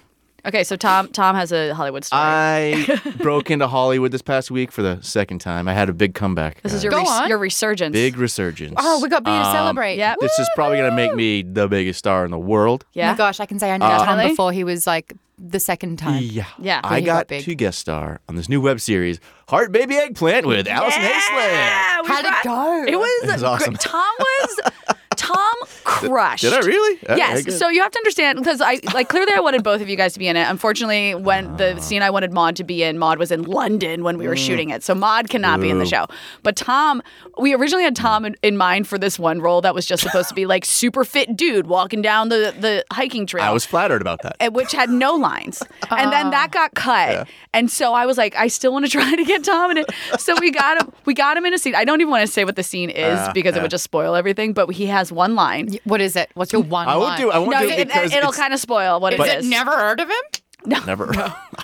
[SPEAKER 3] Okay, so Tom Tom has a Hollywood story.
[SPEAKER 4] I broke into Hollywood this past week for the second time. I had a big comeback.
[SPEAKER 3] this
[SPEAKER 4] guys.
[SPEAKER 3] is your
[SPEAKER 2] Go
[SPEAKER 3] res-
[SPEAKER 2] on.
[SPEAKER 3] your resurgence.
[SPEAKER 4] big resurgence.
[SPEAKER 2] Oh, we got beer to celebrate.
[SPEAKER 3] yeah.
[SPEAKER 4] Um, This is probably going to make me the biggest star in the world.
[SPEAKER 2] Oh
[SPEAKER 3] yeah.
[SPEAKER 2] my gosh, I can say I knew Tom
[SPEAKER 3] Really?
[SPEAKER 2] before he was like the second time.
[SPEAKER 4] Uh, Yeah.
[SPEAKER 3] Yeah.
[SPEAKER 4] I
[SPEAKER 2] He got
[SPEAKER 4] got,
[SPEAKER 2] big.
[SPEAKER 4] to guest star on this new web series, Heart Baby Eggplant with Allison Hayslip.
[SPEAKER 3] Yeah, we
[SPEAKER 2] How'd it
[SPEAKER 3] rocked.
[SPEAKER 2] go?
[SPEAKER 3] It was,
[SPEAKER 4] It was
[SPEAKER 3] great.
[SPEAKER 4] awesome.
[SPEAKER 3] Tom was Tom crushed.
[SPEAKER 4] Did I really? Okay,
[SPEAKER 3] Yes.
[SPEAKER 4] good.
[SPEAKER 3] so you have to understand because I like clearly I wanted both of you guys to be in it. Unfortunately, when
[SPEAKER 4] Ah.
[SPEAKER 3] the scene I wanted Maud to be in, Maud was in London when we were
[SPEAKER 4] Mm.
[SPEAKER 3] shooting it, so Maud cannot be in the
[SPEAKER 4] Boo.
[SPEAKER 3] show. But Tom, we originally had Tom in, in mind for this one role that was just supposed to be like super fit dude walking down the the hiking trail
[SPEAKER 4] I was flattered about that.
[SPEAKER 3] and- which had no lines. And then that
[SPEAKER 4] Ah.
[SPEAKER 3] got cut. And so I was like, I still want to try to get Tom in it. So we got him we got him in a scene. I don't even want to say what the scene is
[SPEAKER 4] Ah,
[SPEAKER 3] because it would just spoil everything, but he has one line.
[SPEAKER 2] What is it? What's your one?
[SPEAKER 4] I won't
[SPEAKER 2] line?
[SPEAKER 4] do. I won't
[SPEAKER 3] No,
[SPEAKER 4] do
[SPEAKER 3] it,
[SPEAKER 4] it because
[SPEAKER 3] will
[SPEAKER 4] it's
[SPEAKER 3] kind of spoil what
[SPEAKER 2] Is
[SPEAKER 3] it
[SPEAKER 2] it
[SPEAKER 3] is.
[SPEAKER 2] never heard of him?
[SPEAKER 4] never.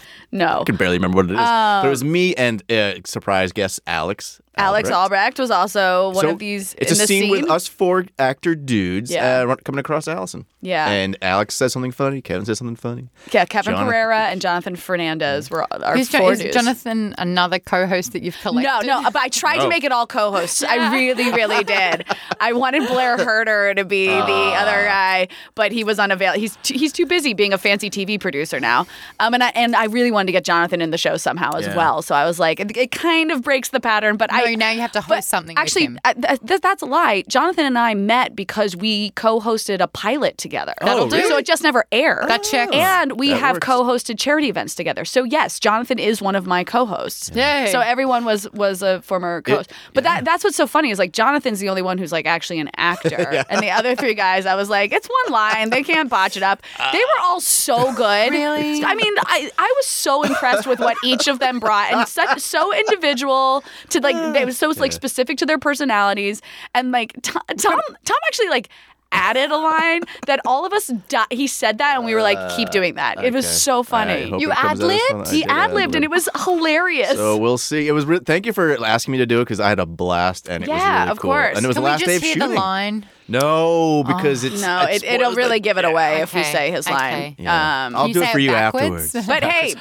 [SPEAKER 3] no.
[SPEAKER 4] can barely remember what it is. but it was me and uh, surprise guest Alex.
[SPEAKER 3] Oh. Alex Albrecht was also one
[SPEAKER 4] So
[SPEAKER 3] of these
[SPEAKER 4] It's
[SPEAKER 3] in
[SPEAKER 4] a
[SPEAKER 3] the
[SPEAKER 4] scene,
[SPEAKER 3] scene
[SPEAKER 4] with us four actor dudes
[SPEAKER 3] Yeah.
[SPEAKER 4] uh, run- coming across Allison.
[SPEAKER 3] Yeah.
[SPEAKER 4] And Alex says something funny. Kevin says something funny.
[SPEAKER 3] Yeah, Kevin
[SPEAKER 4] Jonathan- Mm.
[SPEAKER 3] Pereira and Jonathan Fernandez were our
[SPEAKER 2] Is, Jo-
[SPEAKER 3] four
[SPEAKER 2] is
[SPEAKER 3] dudes.
[SPEAKER 2] Jonathan another co-host that you've collected?
[SPEAKER 3] No, no, but I tried
[SPEAKER 4] Oh.
[SPEAKER 3] to make it all co-hosts. I really, really did. I wanted Blair Herder to be the
[SPEAKER 4] Ah.
[SPEAKER 3] other guy, but he was unavailable. He's too, he's too busy being a fancy TV producer now. Um, and I and I really wanted to get Jonathan in the show somehow as
[SPEAKER 4] Yeah.
[SPEAKER 3] well. So I was like, it, it kind of breaks the pattern, but I
[SPEAKER 2] No, now you have to
[SPEAKER 3] but
[SPEAKER 2] host something with
[SPEAKER 3] Actually,
[SPEAKER 2] him.
[SPEAKER 3] I- th- th- that's a lie. Jonathan and I met because we co-hosted a pilot together.
[SPEAKER 4] That'll do.
[SPEAKER 3] So it just never aired.
[SPEAKER 2] That checks.
[SPEAKER 3] And we
[SPEAKER 4] Oh, That
[SPEAKER 3] have
[SPEAKER 4] works.
[SPEAKER 3] co-hosted charity events together. So yes, Jonathan is one of my co-hosts.
[SPEAKER 2] Yay.
[SPEAKER 3] So everyone was was a former coach. But that that's what's so funny is like Jonathan's the only one who's like actually an actor, and the other three guys, I was like, it's one line, they can't botch it up. They were all so good.
[SPEAKER 2] Really?
[SPEAKER 3] I mean, I I was so impressed with what each of them brought, and such so individual to like they was so like specific to their personalities, and like Tom Tom, Tom actually like added a line that all of us di- he said that and we were like keep doing that. It was
[SPEAKER 4] okay.
[SPEAKER 3] so
[SPEAKER 4] I
[SPEAKER 3] funny.
[SPEAKER 4] hope
[SPEAKER 3] You
[SPEAKER 4] it comes out as fun.
[SPEAKER 3] ad-libbed?
[SPEAKER 4] I
[SPEAKER 3] He
[SPEAKER 4] did
[SPEAKER 3] ad-libbed and
[SPEAKER 4] ad-lib.
[SPEAKER 3] it was hilarious.
[SPEAKER 4] So we'll see. It was. Re- thank you for asking me to do it because I had a blast and it was
[SPEAKER 3] Yeah,
[SPEAKER 4] really
[SPEAKER 3] of
[SPEAKER 4] cool.
[SPEAKER 3] course.
[SPEAKER 4] And it was
[SPEAKER 2] Can
[SPEAKER 4] the
[SPEAKER 2] we
[SPEAKER 4] last day
[SPEAKER 2] just
[SPEAKER 4] of
[SPEAKER 2] hear
[SPEAKER 4] shooting.
[SPEAKER 2] the line?
[SPEAKER 4] No, because it's
[SPEAKER 3] no, it, it'll
[SPEAKER 4] spoils
[SPEAKER 3] really
[SPEAKER 4] the-
[SPEAKER 3] give it away if we
[SPEAKER 2] Okay,
[SPEAKER 3] say his line.
[SPEAKER 2] okay.
[SPEAKER 4] Yeah.
[SPEAKER 3] Um,
[SPEAKER 4] I'll
[SPEAKER 2] you
[SPEAKER 4] do
[SPEAKER 2] say
[SPEAKER 4] it for
[SPEAKER 2] it
[SPEAKER 4] you
[SPEAKER 2] backwards?
[SPEAKER 4] afterwards.
[SPEAKER 3] but hey,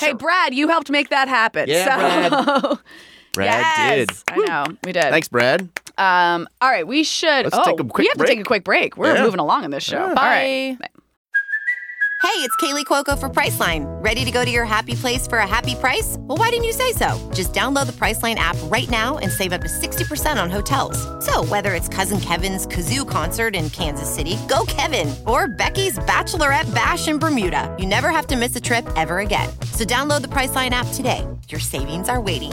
[SPEAKER 3] hey, Brad, you helped make that happen.
[SPEAKER 4] Yeah,
[SPEAKER 3] so.
[SPEAKER 4] Brad did.
[SPEAKER 3] Yes! I know we did.
[SPEAKER 4] Thanks, Brad.
[SPEAKER 3] Um, all right, we should.
[SPEAKER 4] Let's
[SPEAKER 3] oh,
[SPEAKER 4] take a
[SPEAKER 3] we
[SPEAKER 4] quick
[SPEAKER 3] have
[SPEAKER 4] break.
[SPEAKER 3] to take a quick break. We're
[SPEAKER 4] Yeah.
[SPEAKER 3] moving along in this show. All right.
[SPEAKER 2] Bye.
[SPEAKER 5] Hey, it's Kaylee Cuoco for Priceline. Ready to go to your happy place for a happy price? Well, why didn't you say so? Just download the Priceline app right now and save up to 60% on hotels. So, whether it's Cousin Kevin's Kazoo concert in Kansas City, go Kevin, or Becky's Bachelorette Bash in Bermuda, you never have to miss a trip ever again. So, download the Priceline app today. Your savings are waiting.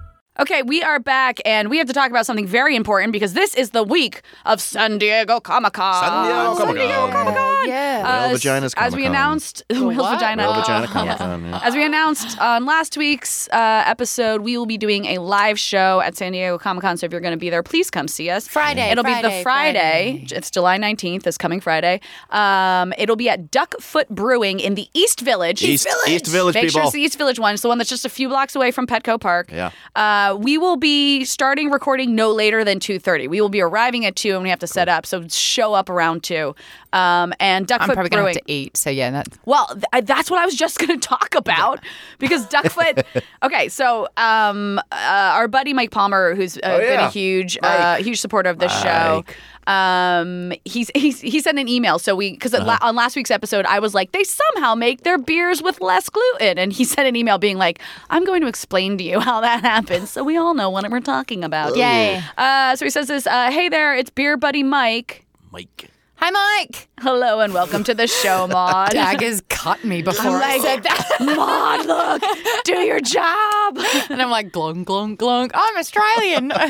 [SPEAKER 3] Okay, we are back, and we have to talk about something very important because this is the week of San Diego Comic Con.
[SPEAKER 4] San
[SPEAKER 2] Oh
[SPEAKER 4] Diego Comic Con.
[SPEAKER 2] Con. Yeah.
[SPEAKER 4] Whale
[SPEAKER 3] Uh,
[SPEAKER 4] Vaginas
[SPEAKER 3] As we
[SPEAKER 4] Comic-Con.
[SPEAKER 3] announced, uh, Whale's
[SPEAKER 2] what?
[SPEAKER 3] Vagina.
[SPEAKER 4] Whale Vagina Comic Con, yeah.
[SPEAKER 3] As we announced on last week's uh, episode, we will be doing a live show at San Diego Comic Con. So if you're going to be there, please come see us.
[SPEAKER 2] Friday,
[SPEAKER 3] It'll be the
[SPEAKER 2] Friday,
[SPEAKER 3] Friday. It's July 19th. This coming Friday. Um, it'll be at Duckfoot Brewing in the East Village.
[SPEAKER 4] East- East Village,
[SPEAKER 3] Make sure
[SPEAKER 4] people.
[SPEAKER 3] it's the East Village one. It's the one that's just a few blocks away from Petco Park.
[SPEAKER 4] Yeah.
[SPEAKER 3] Uh, we will be starting recording no later than 2.30. We will be arriving at 2 and we have to set up. So show up around 2. Um, and Duckfoot
[SPEAKER 2] I'm probably going to
[SPEAKER 3] Brewing.
[SPEAKER 2] have to eat. So, yeah, that's
[SPEAKER 3] Well, th- I- that's what I was just going to talk about because Duckfoot. okay, so um, uh, our buddy Mike Palmer, who's uh, been
[SPEAKER 4] yeah.
[SPEAKER 3] a huge, uh, huge supporter of this show. Um, he's, he's he sent an email. So we because on last week's episode, I was like, they somehow make their beers with less gluten, and he sent an email being like, I'm going to explain to you how that happens, so we all know what we're talking about.
[SPEAKER 2] Yay.
[SPEAKER 3] Uh, so he says this. Uh, hey there, it's beer buddy Mike.
[SPEAKER 4] Mike.
[SPEAKER 2] Hi, Mike.
[SPEAKER 3] Hello and welcome to the show, Maud.
[SPEAKER 2] Dag has cut me before I
[SPEAKER 3] like-
[SPEAKER 2] said that.
[SPEAKER 3] Maud, look, do your job.
[SPEAKER 2] And I'm like, glunk, glunk, glunk. I'm Australian.
[SPEAKER 3] I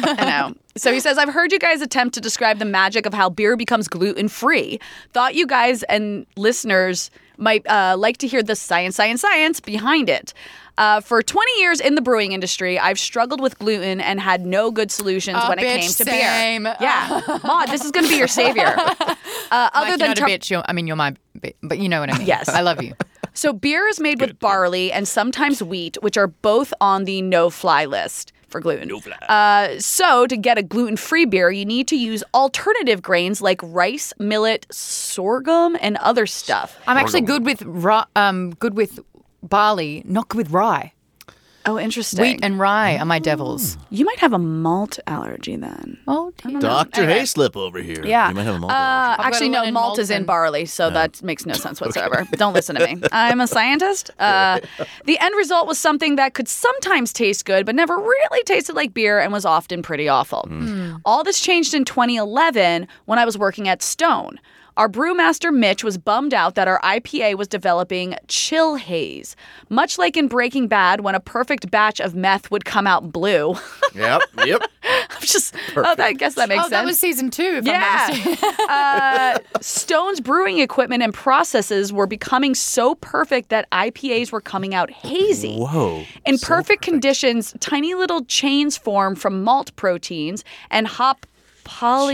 [SPEAKER 3] know. So he says, I've heard you guys attempt to describe the magic of how beer becomes gluten free. Thought you guys and listeners might uh, like to hear the science, science, science behind it. Uh, for 20 years in the brewing industry, I've struggled with gluten and had no good solutions
[SPEAKER 2] Oh,
[SPEAKER 3] when it
[SPEAKER 2] bitch,
[SPEAKER 3] came to
[SPEAKER 2] same.
[SPEAKER 3] beer. Yeah, Maud, this is going to be your savior. Uh, other
[SPEAKER 2] Mike,
[SPEAKER 3] than
[SPEAKER 2] you're not
[SPEAKER 3] tar-
[SPEAKER 2] a bitch. You're, I mean, you're my bi- but you know what I mean.
[SPEAKER 3] Yes.
[SPEAKER 2] I love you.
[SPEAKER 3] So beer is made with barley and sometimes wheat, which are both on the no-fly list for gluten. No fly. Uh, so to get a gluten-free beer, you need to use alternative grains like rice, millet, sorghum, and other stuff.
[SPEAKER 2] I'm actually good with ra- um good with barley, not good with rye.
[SPEAKER 3] Oh, interesting.
[SPEAKER 2] Wheat and rye are my devils.
[SPEAKER 3] you might have a malt allergy then.
[SPEAKER 2] Oh, dear.
[SPEAKER 4] Doctor Hayslip over here.
[SPEAKER 3] Yeah.
[SPEAKER 4] You might have a malt.
[SPEAKER 3] Uh,
[SPEAKER 2] got
[SPEAKER 3] actually,
[SPEAKER 2] a
[SPEAKER 3] no,
[SPEAKER 2] lemon
[SPEAKER 3] malt is in
[SPEAKER 2] Malton.
[SPEAKER 3] barley, so that makes no sense whatsoever. Don't listen to me. I'm a scientist. Uh, the end result was something that could sometimes taste good, but never really tasted like beer and was often pretty awful.
[SPEAKER 4] Hmm.
[SPEAKER 2] Hmm.
[SPEAKER 3] All this changed in 2011 when I was working at Stone. Our brewmaster Mitch was bummed out that our IPA was developing chill haze, much like in Breaking Bad when a perfect batch of meth would come out blue.
[SPEAKER 4] yep. Yep.
[SPEAKER 3] I'm just, oh, that, I guess that makes
[SPEAKER 2] Oh,
[SPEAKER 3] sense.
[SPEAKER 2] that was season two. If I'm not mistaken.
[SPEAKER 3] Yeah. uh, Stone's brewing equipment and processes were becoming so perfect that IPAs were coming out hazy.
[SPEAKER 4] Whoa.
[SPEAKER 3] In perfect, conditions, tiny little chains form from malt proteins and hop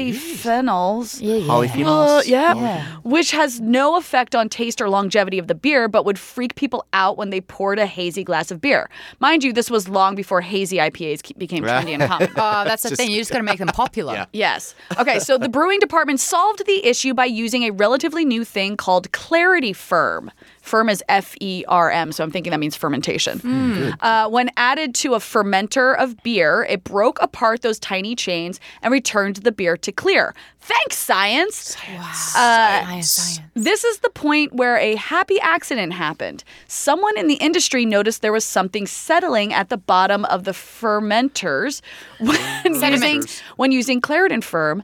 [SPEAKER 3] polyphenols.
[SPEAKER 4] Polyphenols.
[SPEAKER 3] Uh, yeah. Which has no effect on taste or longevity of the beer, but would freak people out when they poured a hazy glass of beer. Mind you, this was long before hazy IPAs ke- became trendy and common.
[SPEAKER 2] Oh, that's the thing. You just got to make them popular.
[SPEAKER 3] Yes. Okay, so the brewing department solved the issue by using a relatively new thing called clarity firm. Firm is F E R M, so I'm thinking that means fermentation. Uh, when added to a fermenter of beer, it broke apart those tiny chains and returned the beer to clear. Thanks, science. Uh,
[SPEAKER 2] Science, science.
[SPEAKER 3] This is the point where a happy accident happened. Someone in the industry noticed there was something settling at the bottom of the fermenters
[SPEAKER 4] Mm.
[SPEAKER 3] when using, when using Claritin Firm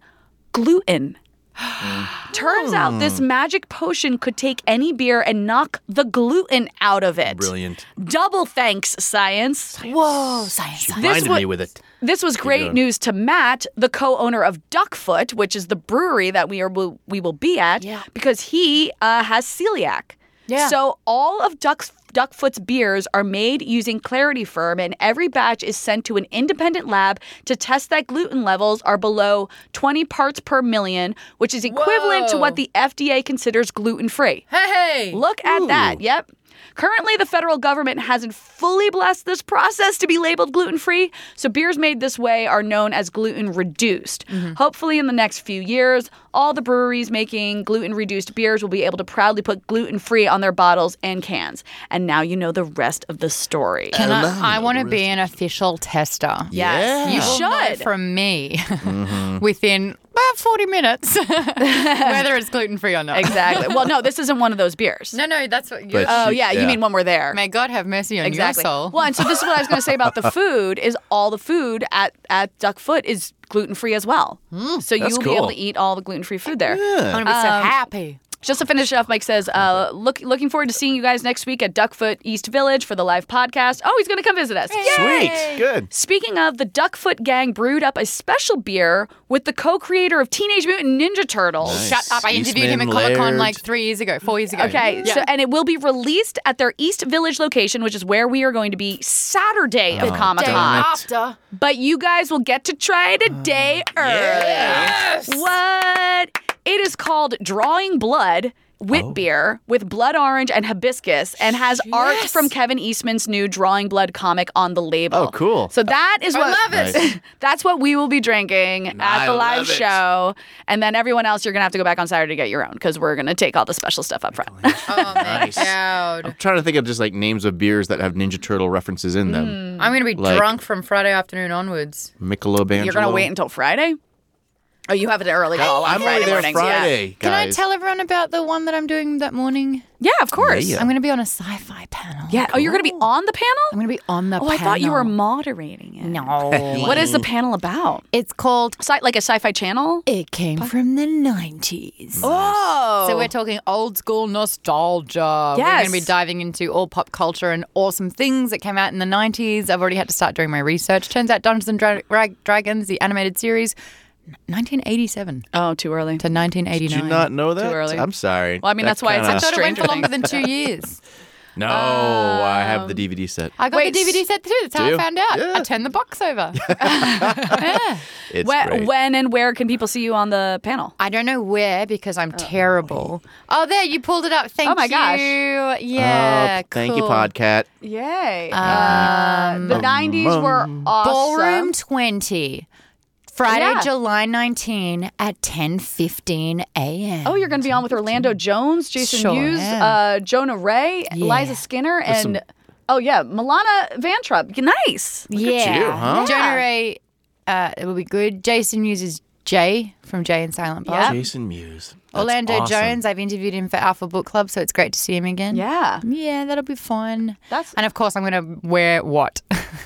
[SPEAKER 3] gluten.
[SPEAKER 4] Mm-hmm.
[SPEAKER 3] Turns out this magic potion could take any beer and knock the gluten out of it.
[SPEAKER 4] Brilliant.
[SPEAKER 3] Double thanks, science.
[SPEAKER 2] Whoa, science, science.
[SPEAKER 4] Blinded
[SPEAKER 3] wa-
[SPEAKER 4] me with it.
[SPEAKER 3] This was great news to Matt, the co-owner of Duckfoot, which is the brewery that we are we will be at, because he uh, has celiac.
[SPEAKER 2] Yeah.
[SPEAKER 3] So all of Duck's Duckfoot's beers are made using Clarity Firm, and every batch is sent to an independent lab to test that gluten levels are below 20 parts per million, which is equivalent to
[SPEAKER 6] Whoa.
[SPEAKER 3] what the FDA considers gluten free.
[SPEAKER 6] Hey.
[SPEAKER 3] Look at that. Yep. Currently, the federal government hasn't fully blessed this process to be labeled gluten free, so beers made this way are known as gluten reduced. Hopefully, in the next few years, all the breweries making gluten reduced beers will be able to proudly put gluten free on their bottles and cans. And now you know the rest of the story.
[SPEAKER 2] Can I, Oh, I want to be an official tester.
[SPEAKER 4] Yes.
[SPEAKER 2] You
[SPEAKER 3] Yeah.
[SPEAKER 2] will know
[SPEAKER 3] should.
[SPEAKER 2] from me
[SPEAKER 4] Mm-hmm.
[SPEAKER 2] within about 40 minutes whether it's gluten free or not.
[SPEAKER 3] Exactly. well, no, this isn't one of those beers.
[SPEAKER 6] No, no, that's what you.
[SPEAKER 4] But
[SPEAKER 3] Oh,
[SPEAKER 4] she-
[SPEAKER 3] yeah, you mean when we're there.
[SPEAKER 2] May God have mercy on
[SPEAKER 3] exactly.
[SPEAKER 2] your soul.
[SPEAKER 3] Well, and so this is what I was going to say about the food is all the food at at Duck Foot is gluten free as well. so you
[SPEAKER 4] Hmm, that's
[SPEAKER 3] will be able
[SPEAKER 4] cool.
[SPEAKER 3] to eat all the gluten free food there.
[SPEAKER 2] I'm
[SPEAKER 4] Yeah.
[SPEAKER 2] going to be so happy.
[SPEAKER 3] Just to finish it off, Mike says, uh, look, looking forward to seeing you guys next week at Duckfoot East Village for the live podcast. Oh, he's going to come visit us.
[SPEAKER 4] Sweet. Good.
[SPEAKER 3] Speaking of, the Duckfoot gang brewed up a special beer with the co-creator of Teenage Mutant Ninja Turtles.
[SPEAKER 2] Shut up. I interviewed him at
[SPEAKER 4] Eastman,
[SPEAKER 2] Comic Con like
[SPEAKER 4] Laird.
[SPEAKER 2] three years ago, four years ago.
[SPEAKER 3] Okay, so and it will be released at their East Village location, which is where we are going to be Saturday
[SPEAKER 4] Oh,
[SPEAKER 3] of Comic Con.
[SPEAKER 6] after.
[SPEAKER 3] But you guys will get to try it a
[SPEAKER 4] Oh,
[SPEAKER 3] day early. What? It is called Drawing Blood.
[SPEAKER 4] Oh.
[SPEAKER 3] Wit beer with blood orange and hibiscus, and has art from Kevin Eastman's new Drawing Blood comic on the label.
[SPEAKER 4] Oh, cool.
[SPEAKER 3] So that is what
[SPEAKER 6] love it.
[SPEAKER 3] that's what we will be drinking at
[SPEAKER 4] I
[SPEAKER 3] the live
[SPEAKER 4] love it.
[SPEAKER 3] show, and then everyone else you're gonna have to go back on Saturday to get your own because we're gonna take all the special stuff up front.
[SPEAKER 6] Oh my
[SPEAKER 4] Nice.
[SPEAKER 6] god.
[SPEAKER 4] I'm trying to think of just like names of beers that have Ninja Turtle references in them.
[SPEAKER 6] I'm gonna be
[SPEAKER 4] Like-
[SPEAKER 6] drunk from Friday afternoon onwards.
[SPEAKER 4] Michelob Angelo.
[SPEAKER 3] You're gonna wait until Friday? Oh, you have an early call on
[SPEAKER 4] I'm
[SPEAKER 3] Friday
[SPEAKER 4] only there
[SPEAKER 3] mornings.
[SPEAKER 4] Friday, guys.
[SPEAKER 2] Can I tell everyone about the one that I'm doing that morning?
[SPEAKER 3] Yeah. yeah, of course.
[SPEAKER 4] Yeah.
[SPEAKER 3] Yeah.
[SPEAKER 2] I'm going to be on a sci fi panel.
[SPEAKER 3] Oh, you're gonna be on the panel?
[SPEAKER 2] I'm going to be on the
[SPEAKER 3] oh,
[SPEAKER 2] panel.
[SPEAKER 3] I thought you were moderating it.
[SPEAKER 2] No.
[SPEAKER 3] What is the panel about?
[SPEAKER 2] it's called
[SPEAKER 3] Sci- like a sci-fi channel?
[SPEAKER 2] It Came From the 90s.
[SPEAKER 3] Oh.
[SPEAKER 2] So we're talking old school nostalgia. We're
[SPEAKER 3] Yes.
[SPEAKER 2] going to be diving into all pop culture and awesome things that came out in the 90s. I've already had to start doing my research. Turns out Dungeons and Dra- Dra- Dragons, the animated series, 1987
[SPEAKER 3] oh, too early.
[SPEAKER 2] to 1989.
[SPEAKER 4] Did you not know that?
[SPEAKER 3] early.
[SPEAKER 4] I'm sorry.
[SPEAKER 3] Well, I mean, that's why it's
[SPEAKER 2] I
[SPEAKER 4] kinda-
[SPEAKER 2] thought it went for
[SPEAKER 3] Stranger
[SPEAKER 2] longer
[SPEAKER 3] Things.
[SPEAKER 2] than two years.
[SPEAKER 4] No, I have the DVD set.
[SPEAKER 2] I got
[SPEAKER 3] Wait,
[SPEAKER 2] the DVD set too. That's how
[SPEAKER 4] do
[SPEAKER 2] I
[SPEAKER 4] you?
[SPEAKER 2] found out. I
[SPEAKER 4] Yeah.
[SPEAKER 2] turned the box over.
[SPEAKER 4] It's
[SPEAKER 3] When,
[SPEAKER 4] great.
[SPEAKER 3] when and where can people see you on the panel?
[SPEAKER 2] I don't know where because I'm terrible. Oh, there you pulled it up. Thank you.
[SPEAKER 3] my gosh.
[SPEAKER 2] Yeah.
[SPEAKER 4] Oh, thank you,
[SPEAKER 2] cool.
[SPEAKER 4] Podcat.
[SPEAKER 3] Yay. Um,
[SPEAKER 4] Um,
[SPEAKER 3] the 90s were awesome.
[SPEAKER 2] Ballroom 20. Friday,
[SPEAKER 3] Yeah.
[SPEAKER 2] July 19 at 10:15 a.m.
[SPEAKER 3] Oh, you're going to be on with Orlando Jones, Jason
[SPEAKER 2] Sure
[SPEAKER 3] Hughes,
[SPEAKER 2] am.
[SPEAKER 3] uh, Jonah Ray, Liza Skinner, and oh yeah, Milana Vantrub. Nice.
[SPEAKER 2] yeah.
[SPEAKER 4] you, huh?
[SPEAKER 2] Jonah Ray, uh, it will be good. Jason uses Jay from Jay and Silent Bob.
[SPEAKER 3] Yep.
[SPEAKER 4] Jason Mewes. That's
[SPEAKER 2] Orlando
[SPEAKER 4] awesome.
[SPEAKER 2] Jones, I've interviewed him for Alpha Book Club, so it's great to see him again.
[SPEAKER 3] Yeah.
[SPEAKER 2] Yeah, that'll be fun.
[SPEAKER 3] That's-
[SPEAKER 2] and of course, I'm going to wear what?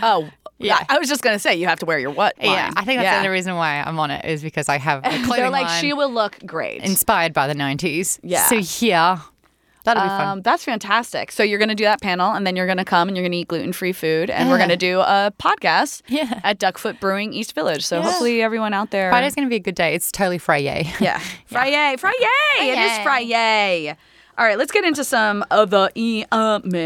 [SPEAKER 3] Oh
[SPEAKER 2] Yeah.
[SPEAKER 3] I was just going to say you have to wear your what?
[SPEAKER 2] Yeah, I think that's the only reason why I'm on it is because I have a clothing
[SPEAKER 3] They're like
[SPEAKER 2] line
[SPEAKER 3] she will look great.
[SPEAKER 2] inspired by the 90s.
[SPEAKER 3] Yeah.
[SPEAKER 2] So yeah, that'll be fun.
[SPEAKER 3] Um, that's fantastic. So you're going to do that panel, and then you're going to come and you're going to eat gluten free food, and we're
[SPEAKER 2] Yeah.
[SPEAKER 3] going to do a podcast
[SPEAKER 2] Yeah.
[SPEAKER 3] at Duckfoot Brewing East Village. So hopefully everyone out there.
[SPEAKER 2] Friday's going to be a good day. It's totally Friday.
[SPEAKER 3] Yeah. Friday. Friday. It is Friday. All right, let's get into some of the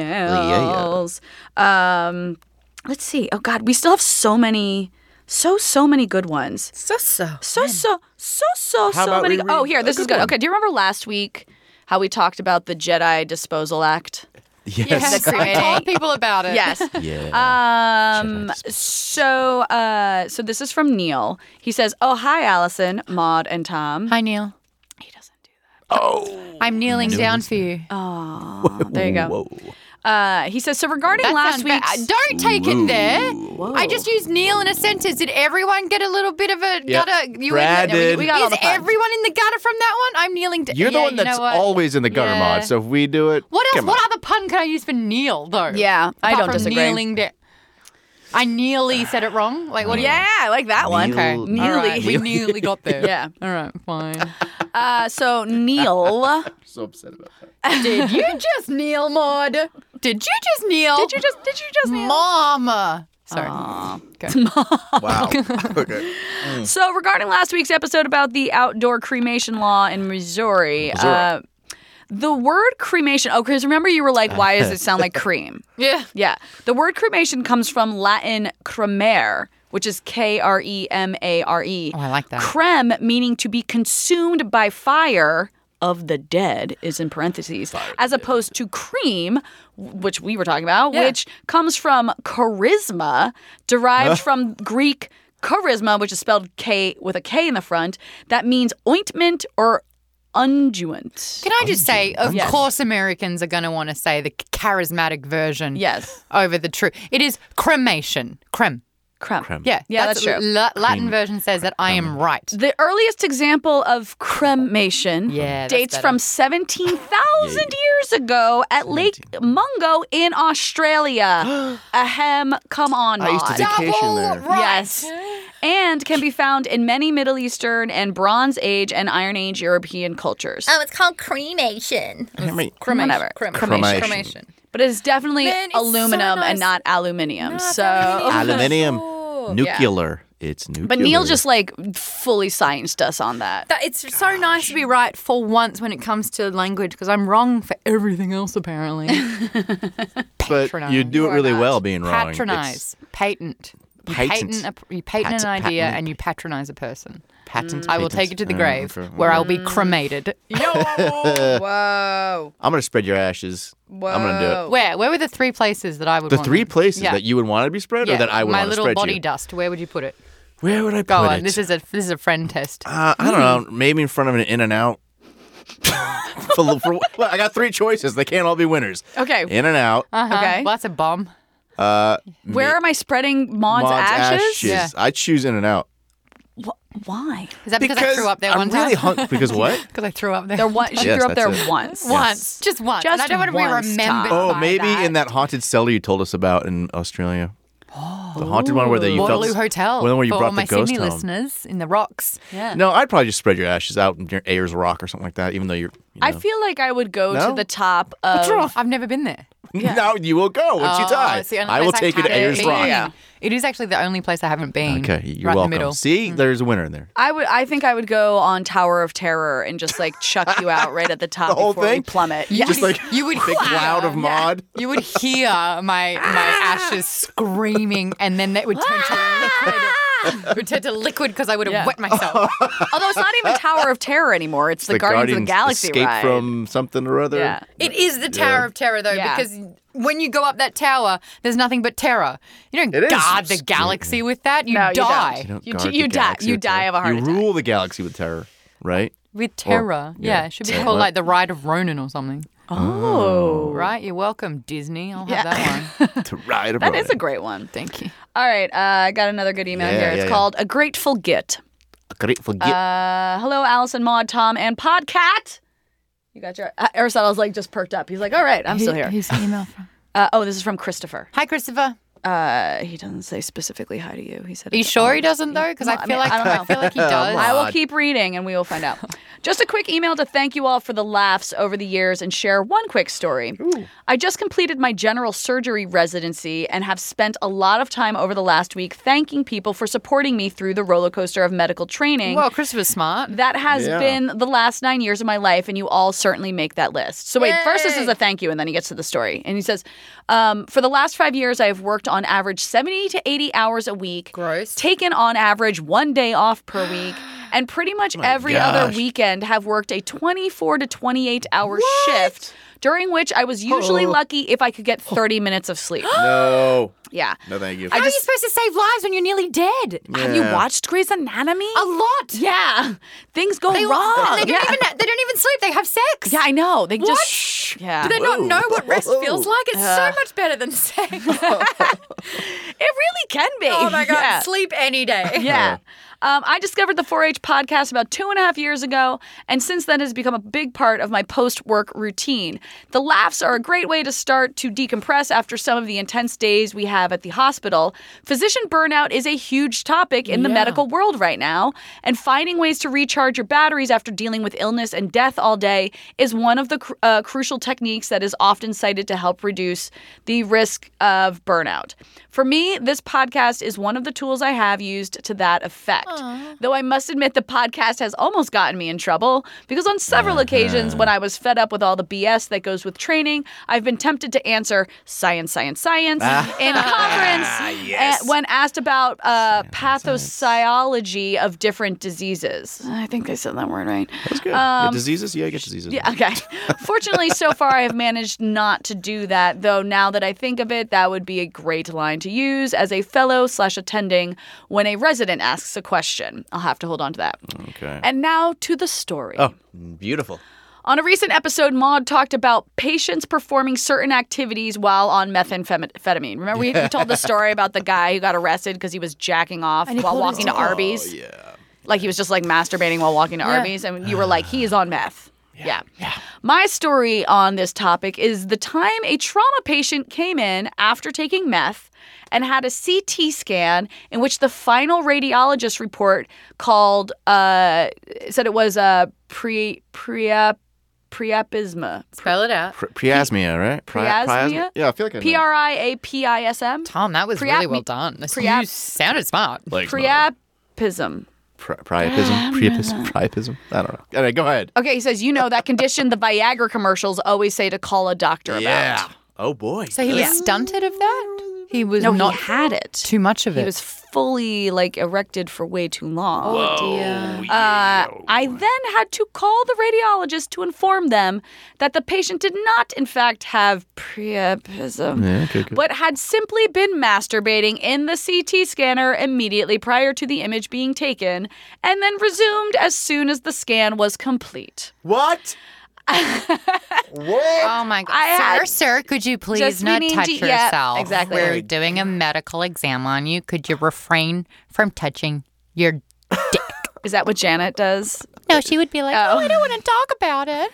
[SPEAKER 3] emails. Um, let's see. Oh, God, we still have so many, so, so many good ones.
[SPEAKER 6] So so.
[SPEAKER 3] So, so, so, so, so
[SPEAKER 4] How about
[SPEAKER 3] many.
[SPEAKER 4] we
[SPEAKER 3] oh,
[SPEAKER 4] read
[SPEAKER 3] here,
[SPEAKER 4] a
[SPEAKER 3] this is
[SPEAKER 4] good
[SPEAKER 3] good.
[SPEAKER 4] one?
[SPEAKER 3] Okay, do you remember last week how we talked about the Jedi Disposal Act?
[SPEAKER 4] Yes.
[SPEAKER 2] I told people about it.
[SPEAKER 3] Yes.
[SPEAKER 4] Yeah.
[SPEAKER 3] Um, so, uh, so this is from Neil. He says, "Oh, hi, Allison, Maud, and Tom.
[SPEAKER 2] Hi, Neil.
[SPEAKER 3] He doesn't do
[SPEAKER 4] Oh.
[SPEAKER 2] I'm kneeling down for you.
[SPEAKER 3] Oh. that. There you go. Uh, he says, so regarding
[SPEAKER 2] That
[SPEAKER 3] last
[SPEAKER 2] sounds bad.
[SPEAKER 3] week's.
[SPEAKER 2] Don't take it there. I just used Neil in a sentence. Did everyone get a little bit of a gutter? You
[SPEAKER 4] Brad
[SPEAKER 2] in the-
[SPEAKER 4] did.
[SPEAKER 3] We got all
[SPEAKER 2] Is
[SPEAKER 3] the puns.
[SPEAKER 2] everyone in the gutter from that one? I'm kneeling down.
[SPEAKER 4] You're the
[SPEAKER 2] Yeah,
[SPEAKER 4] one
[SPEAKER 2] you know
[SPEAKER 4] that's
[SPEAKER 2] what?
[SPEAKER 4] always in the gutter
[SPEAKER 2] Yeah.
[SPEAKER 4] mod. So if we do it,
[SPEAKER 2] What else?
[SPEAKER 4] come on.
[SPEAKER 2] What other pun can I use for kneel though?
[SPEAKER 3] Yeah, I
[SPEAKER 2] Apart
[SPEAKER 3] don't
[SPEAKER 2] from
[SPEAKER 3] disagree.
[SPEAKER 2] Kneeling da- I nearly said it wrong. Like what? do you-
[SPEAKER 3] yeah, I like that one.
[SPEAKER 2] Okay.
[SPEAKER 4] Nearly.
[SPEAKER 2] All
[SPEAKER 3] Nearly.
[SPEAKER 2] right, We nearly got there.
[SPEAKER 3] Yeah.
[SPEAKER 2] All right. Fine.
[SPEAKER 3] Uh, so Neil,
[SPEAKER 4] so upset about that.
[SPEAKER 2] Did you just kneel, Maud? Did you just kneel?
[SPEAKER 3] did you just did you just Neil?
[SPEAKER 2] Mama. Sorry.
[SPEAKER 4] Wow. okay.
[SPEAKER 3] So regarding last week's episode about the outdoor cremation law in Missouri, Uh, The word cremation. Oh, because remember you were like, why does it sound like cream?
[SPEAKER 6] Yeah.
[SPEAKER 3] Yeah. The word cremation comes from Latin cremare, which is K R E M A R E.
[SPEAKER 2] Oh, I like that.
[SPEAKER 3] Creme meaning to be consumed by fire of the dead is in parentheses, as opposed to cream, w- which we were talking about,
[SPEAKER 6] Yeah.
[SPEAKER 3] which comes from charisma, derived from Greek charisma, which is spelled K with a K in the front. That means ointment or unguent.
[SPEAKER 2] Can I just say, of
[SPEAKER 3] Yes.
[SPEAKER 2] course, Americans are going to want to say the charismatic version
[SPEAKER 3] Yes.
[SPEAKER 2] over the true. It is cremation. Creme.
[SPEAKER 3] Creme.
[SPEAKER 2] Yeah.
[SPEAKER 3] Yeah, that's true.
[SPEAKER 2] La- Latin version says that I am right.
[SPEAKER 3] The earliest example of cremation
[SPEAKER 2] Yeah, that's
[SPEAKER 3] dates
[SPEAKER 2] better.
[SPEAKER 3] from 17,000 years ago at Lake Mungo in Australia. Ahem, come on,
[SPEAKER 4] I used to
[SPEAKER 3] Maud.
[SPEAKER 4] vacation there.
[SPEAKER 3] Yes. And can be found in many Middle Eastern and Bronze Age and Iron Age European cultures.
[SPEAKER 7] Oh, it's called cremation.
[SPEAKER 4] Cremate.
[SPEAKER 6] Cremation.
[SPEAKER 3] Whatever.
[SPEAKER 6] Cremation.
[SPEAKER 4] Cremation.
[SPEAKER 6] Cremation.
[SPEAKER 3] But it is definitely
[SPEAKER 6] Man, it's so
[SPEAKER 3] aluminum
[SPEAKER 6] nice.
[SPEAKER 3] and not aluminium.
[SPEAKER 6] Not
[SPEAKER 3] so
[SPEAKER 6] aluminium.
[SPEAKER 4] Aluminium.
[SPEAKER 6] Sure.
[SPEAKER 4] Nuclear. It's nuclear.
[SPEAKER 3] But Neil just like fully scienced us on that.
[SPEAKER 6] That it's so nice to be right for once when it comes to language because I'm wrong for everything else apparently.
[SPEAKER 4] But you do it really well being wrong. It's
[SPEAKER 2] Patronize. Patent. You
[SPEAKER 4] Patent.
[SPEAKER 2] patent, a, you patent
[SPEAKER 4] Pat-
[SPEAKER 2] an idea
[SPEAKER 4] patent.
[SPEAKER 2] and you patronize a person.
[SPEAKER 4] patent,
[SPEAKER 2] Mm. I will
[SPEAKER 4] patent.
[SPEAKER 2] take you to the
[SPEAKER 4] Uh,
[SPEAKER 2] grave
[SPEAKER 4] for-
[SPEAKER 2] where I'll be
[SPEAKER 6] Mm.
[SPEAKER 2] cremated.
[SPEAKER 6] Whoa.
[SPEAKER 4] I'm gonna spread your ashes. I'm gonna do it.
[SPEAKER 6] Whoa.
[SPEAKER 2] Where? Where were the three places that I would
[SPEAKER 4] The
[SPEAKER 2] want
[SPEAKER 4] three
[SPEAKER 2] them?
[SPEAKER 4] places
[SPEAKER 2] Yeah.
[SPEAKER 4] that you would want to be spread,
[SPEAKER 2] Yeah,
[SPEAKER 4] or that I would
[SPEAKER 2] My
[SPEAKER 4] want to
[SPEAKER 2] little
[SPEAKER 4] spread
[SPEAKER 2] body
[SPEAKER 4] you.
[SPEAKER 2] dust. Where would you put it?
[SPEAKER 4] Where would I
[SPEAKER 2] Go
[SPEAKER 4] put
[SPEAKER 2] on.
[SPEAKER 4] it?
[SPEAKER 2] This is Mm. a this is a friend test.
[SPEAKER 4] Uh, I don't know. Maybe in front of an In and Out. for, for, well, I got three choices. They can't all be winners.
[SPEAKER 3] Okay.
[SPEAKER 4] In and Out.
[SPEAKER 2] Uh-huh.
[SPEAKER 3] okay.
[SPEAKER 2] Well, that's a bomb.
[SPEAKER 3] Where am I spreading Maud's, ashes?
[SPEAKER 2] Yeah.
[SPEAKER 4] I choose In and Out
[SPEAKER 3] Wh- Why?
[SPEAKER 2] Is that because, I threw up there
[SPEAKER 4] I'm
[SPEAKER 2] one
[SPEAKER 4] really
[SPEAKER 2] time?
[SPEAKER 4] hung- because what?
[SPEAKER 2] Because I threw up there.
[SPEAKER 3] There one, she
[SPEAKER 4] Yes,
[SPEAKER 3] threw up there
[SPEAKER 4] that's it.
[SPEAKER 3] once.
[SPEAKER 2] once, just once. and
[SPEAKER 3] Just
[SPEAKER 2] I don't want to be
[SPEAKER 3] once,
[SPEAKER 2] remembered.
[SPEAKER 3] Tom.
[SPEAKER 4] Oh,
[SPEAKER 2] by
[SPEAKER 4] maybe
[SPEAKER 2] that.
[SPEAKER 4] in that haunted cellar you told us about in Australia.
[SPEAKER 3] Oh.
[SPEAKER 4] The haunted one where they you
[SPEAKER 2] Waterloo
[SPEAKER 4] felt,
[SPEAKER 2] Hotel.
[SPEAKER 4] One where you
[SPEAKER 2] for all
[SPEAKER 4] brought
[SPEAKER 2] my
[SPEAKER 4] the ghost
[SPEAKER 2] Sydney
[SPEAKER 4] home.
[SPEAKER 2] listeners in the rocks.
[SPEAKER 3] Yeah.
[SPEAKER 4] No, I'd probably just spread your ashes out near Ayers Rock or something like that. Even though you're, you know.
[SPEAKER 3] I feel like I would go to
[SPEAKER 4] No?
[SPEAKER 3] the top of.
[SPEAKER 2] Oh, I've never been there.
[SPEAKER 4] now you will go once you
[SPEAKER 2] Oh,
[SPEAKER 4] die.
[SPEAKER 2] it's the only
[SPEAKER 4] I will
[SPEAKER 2] place
[SPEAKER 4] take you to
[SPEAKER 2] haven't
[SPEAKER 4] Ayers Rock.
[SPEAKER 2] been. It is actually the only place I haven't been.
[SPEAKER 4] Okay, you're
[SPEAKER 2] right in the
[SPEAKER 4] welcome.
[SPEAKER 2] middle.
[SPEAKER 4] See,
[SPEAKER 3] Mm.
[SPEAKER 4] there's a winner in there.
[SPEAKER 3] I would. I think I would go on Tower of Terror and just like chuck you out right at the top
[SPEAKER 4] The whole
[SPEAKER 3] before we
[SPEAKER 4] thing?
[SPEAKER 3] plummet.
[SPEAKER 2] You
[SPEAKER 4] Just
[SPEAKER 2] would-
[SPEAKER 4] like
[SPEAKER 2] you would hear-
[SPEAKER 4] big cloud of Ah! mod.
[SPEAKER 2] You would hear my my ashes screaming, and then that would turn to liquid. It would turn to liquid because I would have
[SPEAKER 3] Yeah.
[SPEAKER 2] wet myself.
[SPEAKER 3] Although it's not even Tower of Terror anymore. It's the, Guardians, of the Galaxy
[SPEAKER 4] escape
[SPEAKER 3] ride.
[SPEAKER 4] from something or other.
[SPEAKER 3] yeah.
[SPEAKER 6] It is the Tower of Terror though
[SPEAKER 3] Yeah.
[SPEAKER 6] because
[SPEAKER 2] when you go up that tower, there's nothing but terror. You
[SPEAKER 4] It
[SPEAKER 2] don't
[SPEAKER 4] is.
[SPEAKER 2] guard the galaxy with that. You
[SPEAKER 3] No, you don't.
[SPEAKER 2] die
[SPEAKER 4] You, don't
[SPEAKER 3] You
[SPEAKER 4] guard
[SPEAKER 3] d- you
[SPEAKER 4] the
[SPEAKER 3] die-
[SPEAKER 4] galaxy
[SPEAKER 3] you
[SPEAKER 4] with
[SPEAKER 3] die
[SPEAKER 4] terror.
[SPEAKER 3] of a heart
[SPEAKER 4] You
[SPEAKER 3] attack.
[SPEAKER 4] rule the galaxy with terror, right?
[SPEAKER 2] with terror. yeah,
[SPEAKER 4] yeah.
[SPEAKER 2] it should be
[SPEAKER 4] Terror.
[SPEAKER 2] called like the Ride of Ronan or something.
[SPEAKER 3] Oh,
[SPEAKER 2] Right? You're welcome, Disney. I'll have
[SPEAKER 3] Yeah.
[SPEAKER 2] that one.
[SPEAKER 4] To ride
[SPEAKER 3] that is a great one.
[SPEAKER 2] Thank you.
[SPEAKER 3] All right, uh, I got another good email
[SPEAKER 4] Yeah,
[SPEAKER 3] here.
[SPEAKER 4] yeah,
[SPEAKER 3] It's
[SPEAKER 4] yeah.
[SPEAKER 3] called A Grateful Git.
[SPEAKER 4] grateful gift.
[SPEAKER 3] Uh, hello, Allison, Maud, Tom, and Podcat. You got your uh, Aristotle's like just perked up. He's like, all right, I'm still here.
[SPEAKER 2] Who's the email from?
[SPEAKER 3] Uh, oh, this is from Christopher.
[SPEAKER 2] Hi, Christopher.
[SPEAKER 3] Uh, he doesn't say specifically hi to you. He said,
[SPEAKER 2] Are you
[SPEAKER 3] it's
[SPEAKER 2] sure
[SPEAKER 3] all-
[SPEAKER 2] he doesn't though? Because
[SPEAKER 3] No,
[SPEAKER 2] I
[SPEAKER 3] I
[SPEAKER 2] feel
[SPEAKER 3] mean,
[SPEAKER 2] like
[SPEAKER 3] I
[SPEAKER 2] I,
[SPEAKER 3] don't know.
[SPEAKER 2] feel like he does.
[SPEAKER 3] I will
[SPEAKER 4] God.
[SPEAKER 3] keep reading and we will find out. just a quick email to thank you all for the laughs over the years and share one quick story. I just completed my general surgery residency and have spent a lot of time over the last week thanking people for supporting me through the roller coaster of medical training.
[SPEAKER 2] Well, Christopher's smart.
[SPEAKER 3] That has
[SPEAKER 4] Yeah.
[SPEAKER 3] been the last nine years of my life, and you all certainly make that list. So, wait, first this is a thank you, and then he gets to the story. And he says, um, For the last five years, I have worked on average 70 to 80 hours a week,
[SPEAKER 6] Gross.
[SPEAKER 3] taken on average one day off per week, and pretty much every other
[SPEAKER 4] Oh gosh.
[SPEAKER 3] weekend have worked a 24 to 28 hour shift, during which I was usually lucky if I could get 30 minutes of sleep.
[SPEAKER 4] no,
[SPEAKER 3] Yeah.
[SPEAKER 4] no, thank you.
[SPEAKER 3] I
[SPEAKER 2] How are you
[SPEAKER 3] just.
[SPEAKER 2] supposed to save lives when you're nearly dead?
[SPEAKER 3] Have you
[SPEAKER 4] Yeah.
[SPEAKER 3] watched Grey's Anatomy?
[SPEAKER 2] A lot.
[SPEAKER 3] yeah, things go wrong.
[SPEAKER 2] And they,
[SPEAKER 3] Yeah.
[SPEAKER 2] don't even, they don't even sleep. They have sex.
[SPEAKER 3] Yeah, I know. They
[SPEAKER 2] What?
[SPEAKER 3] just shh. yeah.
[SPEAKER 2] Do they not
[SPEAKER 4] Whoa.
[SPEAKER 2] know what rest feels like? It's so
[SPEAKER 3] Ugh.
[SPEAKER 2] much better than sex.
[SPEAKER 3] it really can be.
[SPEAKER 6] oh my god,
[SPEAKER 3] Yeah.
[SPEAKER 6] sleep any day.
[SPEAKER 3] Yeah. Um, I discovered the 4 H podcast about two and a half years ago, and since then has become a big part of my post work routine. The laughs are a great way to start to decompress after some of the intense days we have at the hospital. Physician burnout is a huge topic in the medical world right now, and finding ways to recharge your batteries after dealing with illness and death all day is one of the cr- uh, crucial techniques that is often cited to help reduce the risk of burnout. For me, this podcast is one of the tools I have used to that effect. Though I must admit, the podcast has almost gotten me in trouble because on several occasions when I was fed up with all the BS that goes with training, I've been tempted to answer science, science, science in conference
[SPEAKER 4] yes.
[SPEAKER 3] uh, when asked about uh, pathopsychology of different diseases. I think I said that word right.
[SPEAKER 4] That's good. yeah, diseases? Yeah, you get diseases.
[SPEAKER 3] Um, Yeah, okay. Fortunately, so far I have managed not to do that, though now that I think of it, that would be a great line to use as a fellow slash attending when a resident asks a question. I'll have to hold on to that.
[SPEAKER 4] Okay.
[SPEAKER 3] And now to the story.
[SPEAKER 4] oh, beautiful.
[SPEAKER 3] On a recent episode, Maud talked about patients performing certain activities while on methamphetamine. Remember, we, we told the story about the guy who got arrested because he was jacking off while walking to Arby's?
[SPEAKER 4] Yeah.
[SPEAKER 3] Like he was just like masturbating while walking to Arby's, and you were like, he is on meth. Yeah. My story on this topic is the time a trauma patient came in after taking meth and had a CT scan in which the final radiologist report called uh, said it was a pre prea priapisma
[SPEAKER 2] Spell it out.
[SPEAKER 4] Pri- priasmia, right? Pri-
[SPEAKER 3] Priasmia?
[SPEAKER 4] Yeah, I feel like I know.
[SPEAKER 3] p r i a p i s m
[SPEAKER 2] Tom, that was
[SPEAKER 3] Pre-app
[SPEAKER 2] really
[SPEAKER 3] me-
[SPEAKER 2] well done. This-
[SPEAKER 3] pre-app-
[SPEAKER 2] You sounded smart.
[SPEAKER 4] Like,
[SPEAKER 3] priapism.
[SPEAKER 4] pri-
[SPEAKER 3] Um,
[SPEAKER 4] priapism,
[SPEAKER 3] uh,
[SPEAKER 4] priapism, priapism. I don't know. All right, go ahead.
[SPEAKER 3] Okay, he says you know that condition the Viagra commercials always say to call a doctor about.
[SPEAKER 4] Oh boy.
[SPEAKER 2] So he was stunted of that? He was
[SPEAKER 3] No,
[SPEAKER 2] not
[SPEAKER 3] he had it.
[SPEAKER 2] too much of it.
[SPEAKER 3] He was fully like erected for way too long.
[SPEAKER 4] Oh,
[SPEAKER 3] Uh, I then had to call the radiologist to inform them that the patient did not, in fact, have priapism,
[SPEAKER 4] yeah, okay, good.
[SPEAKER 3] but had simply been masturbating in the CT scanner immediately prior to the image being taken, and then resumed as soon as the scan was complete.
[SPEAKER 4] What? what?
[SPEAKER 2] Oh my God.
[SPEAKER 3] I
[SPEAKER 2] sir,
[SPEAKER 3] had-
[SPEAKER 2] sir, could you please
[SPEAKER 3] Just
[SPEAKER 2] not
[SPEAKER 3] we need
[SPEAKER 2] touch
[SPEAKER 3] to- yeah,
[SPEAKER 2] yourself?
[SPEAKER 3] exactly.
[SPEAKER 2] We're doing a medical exam on you. Could you refrain from touching your dick?
[SPEAKER 3] Is that what Janet does?
[SPEAKER 2] no, she would be like, oh, I don't want to talk about it.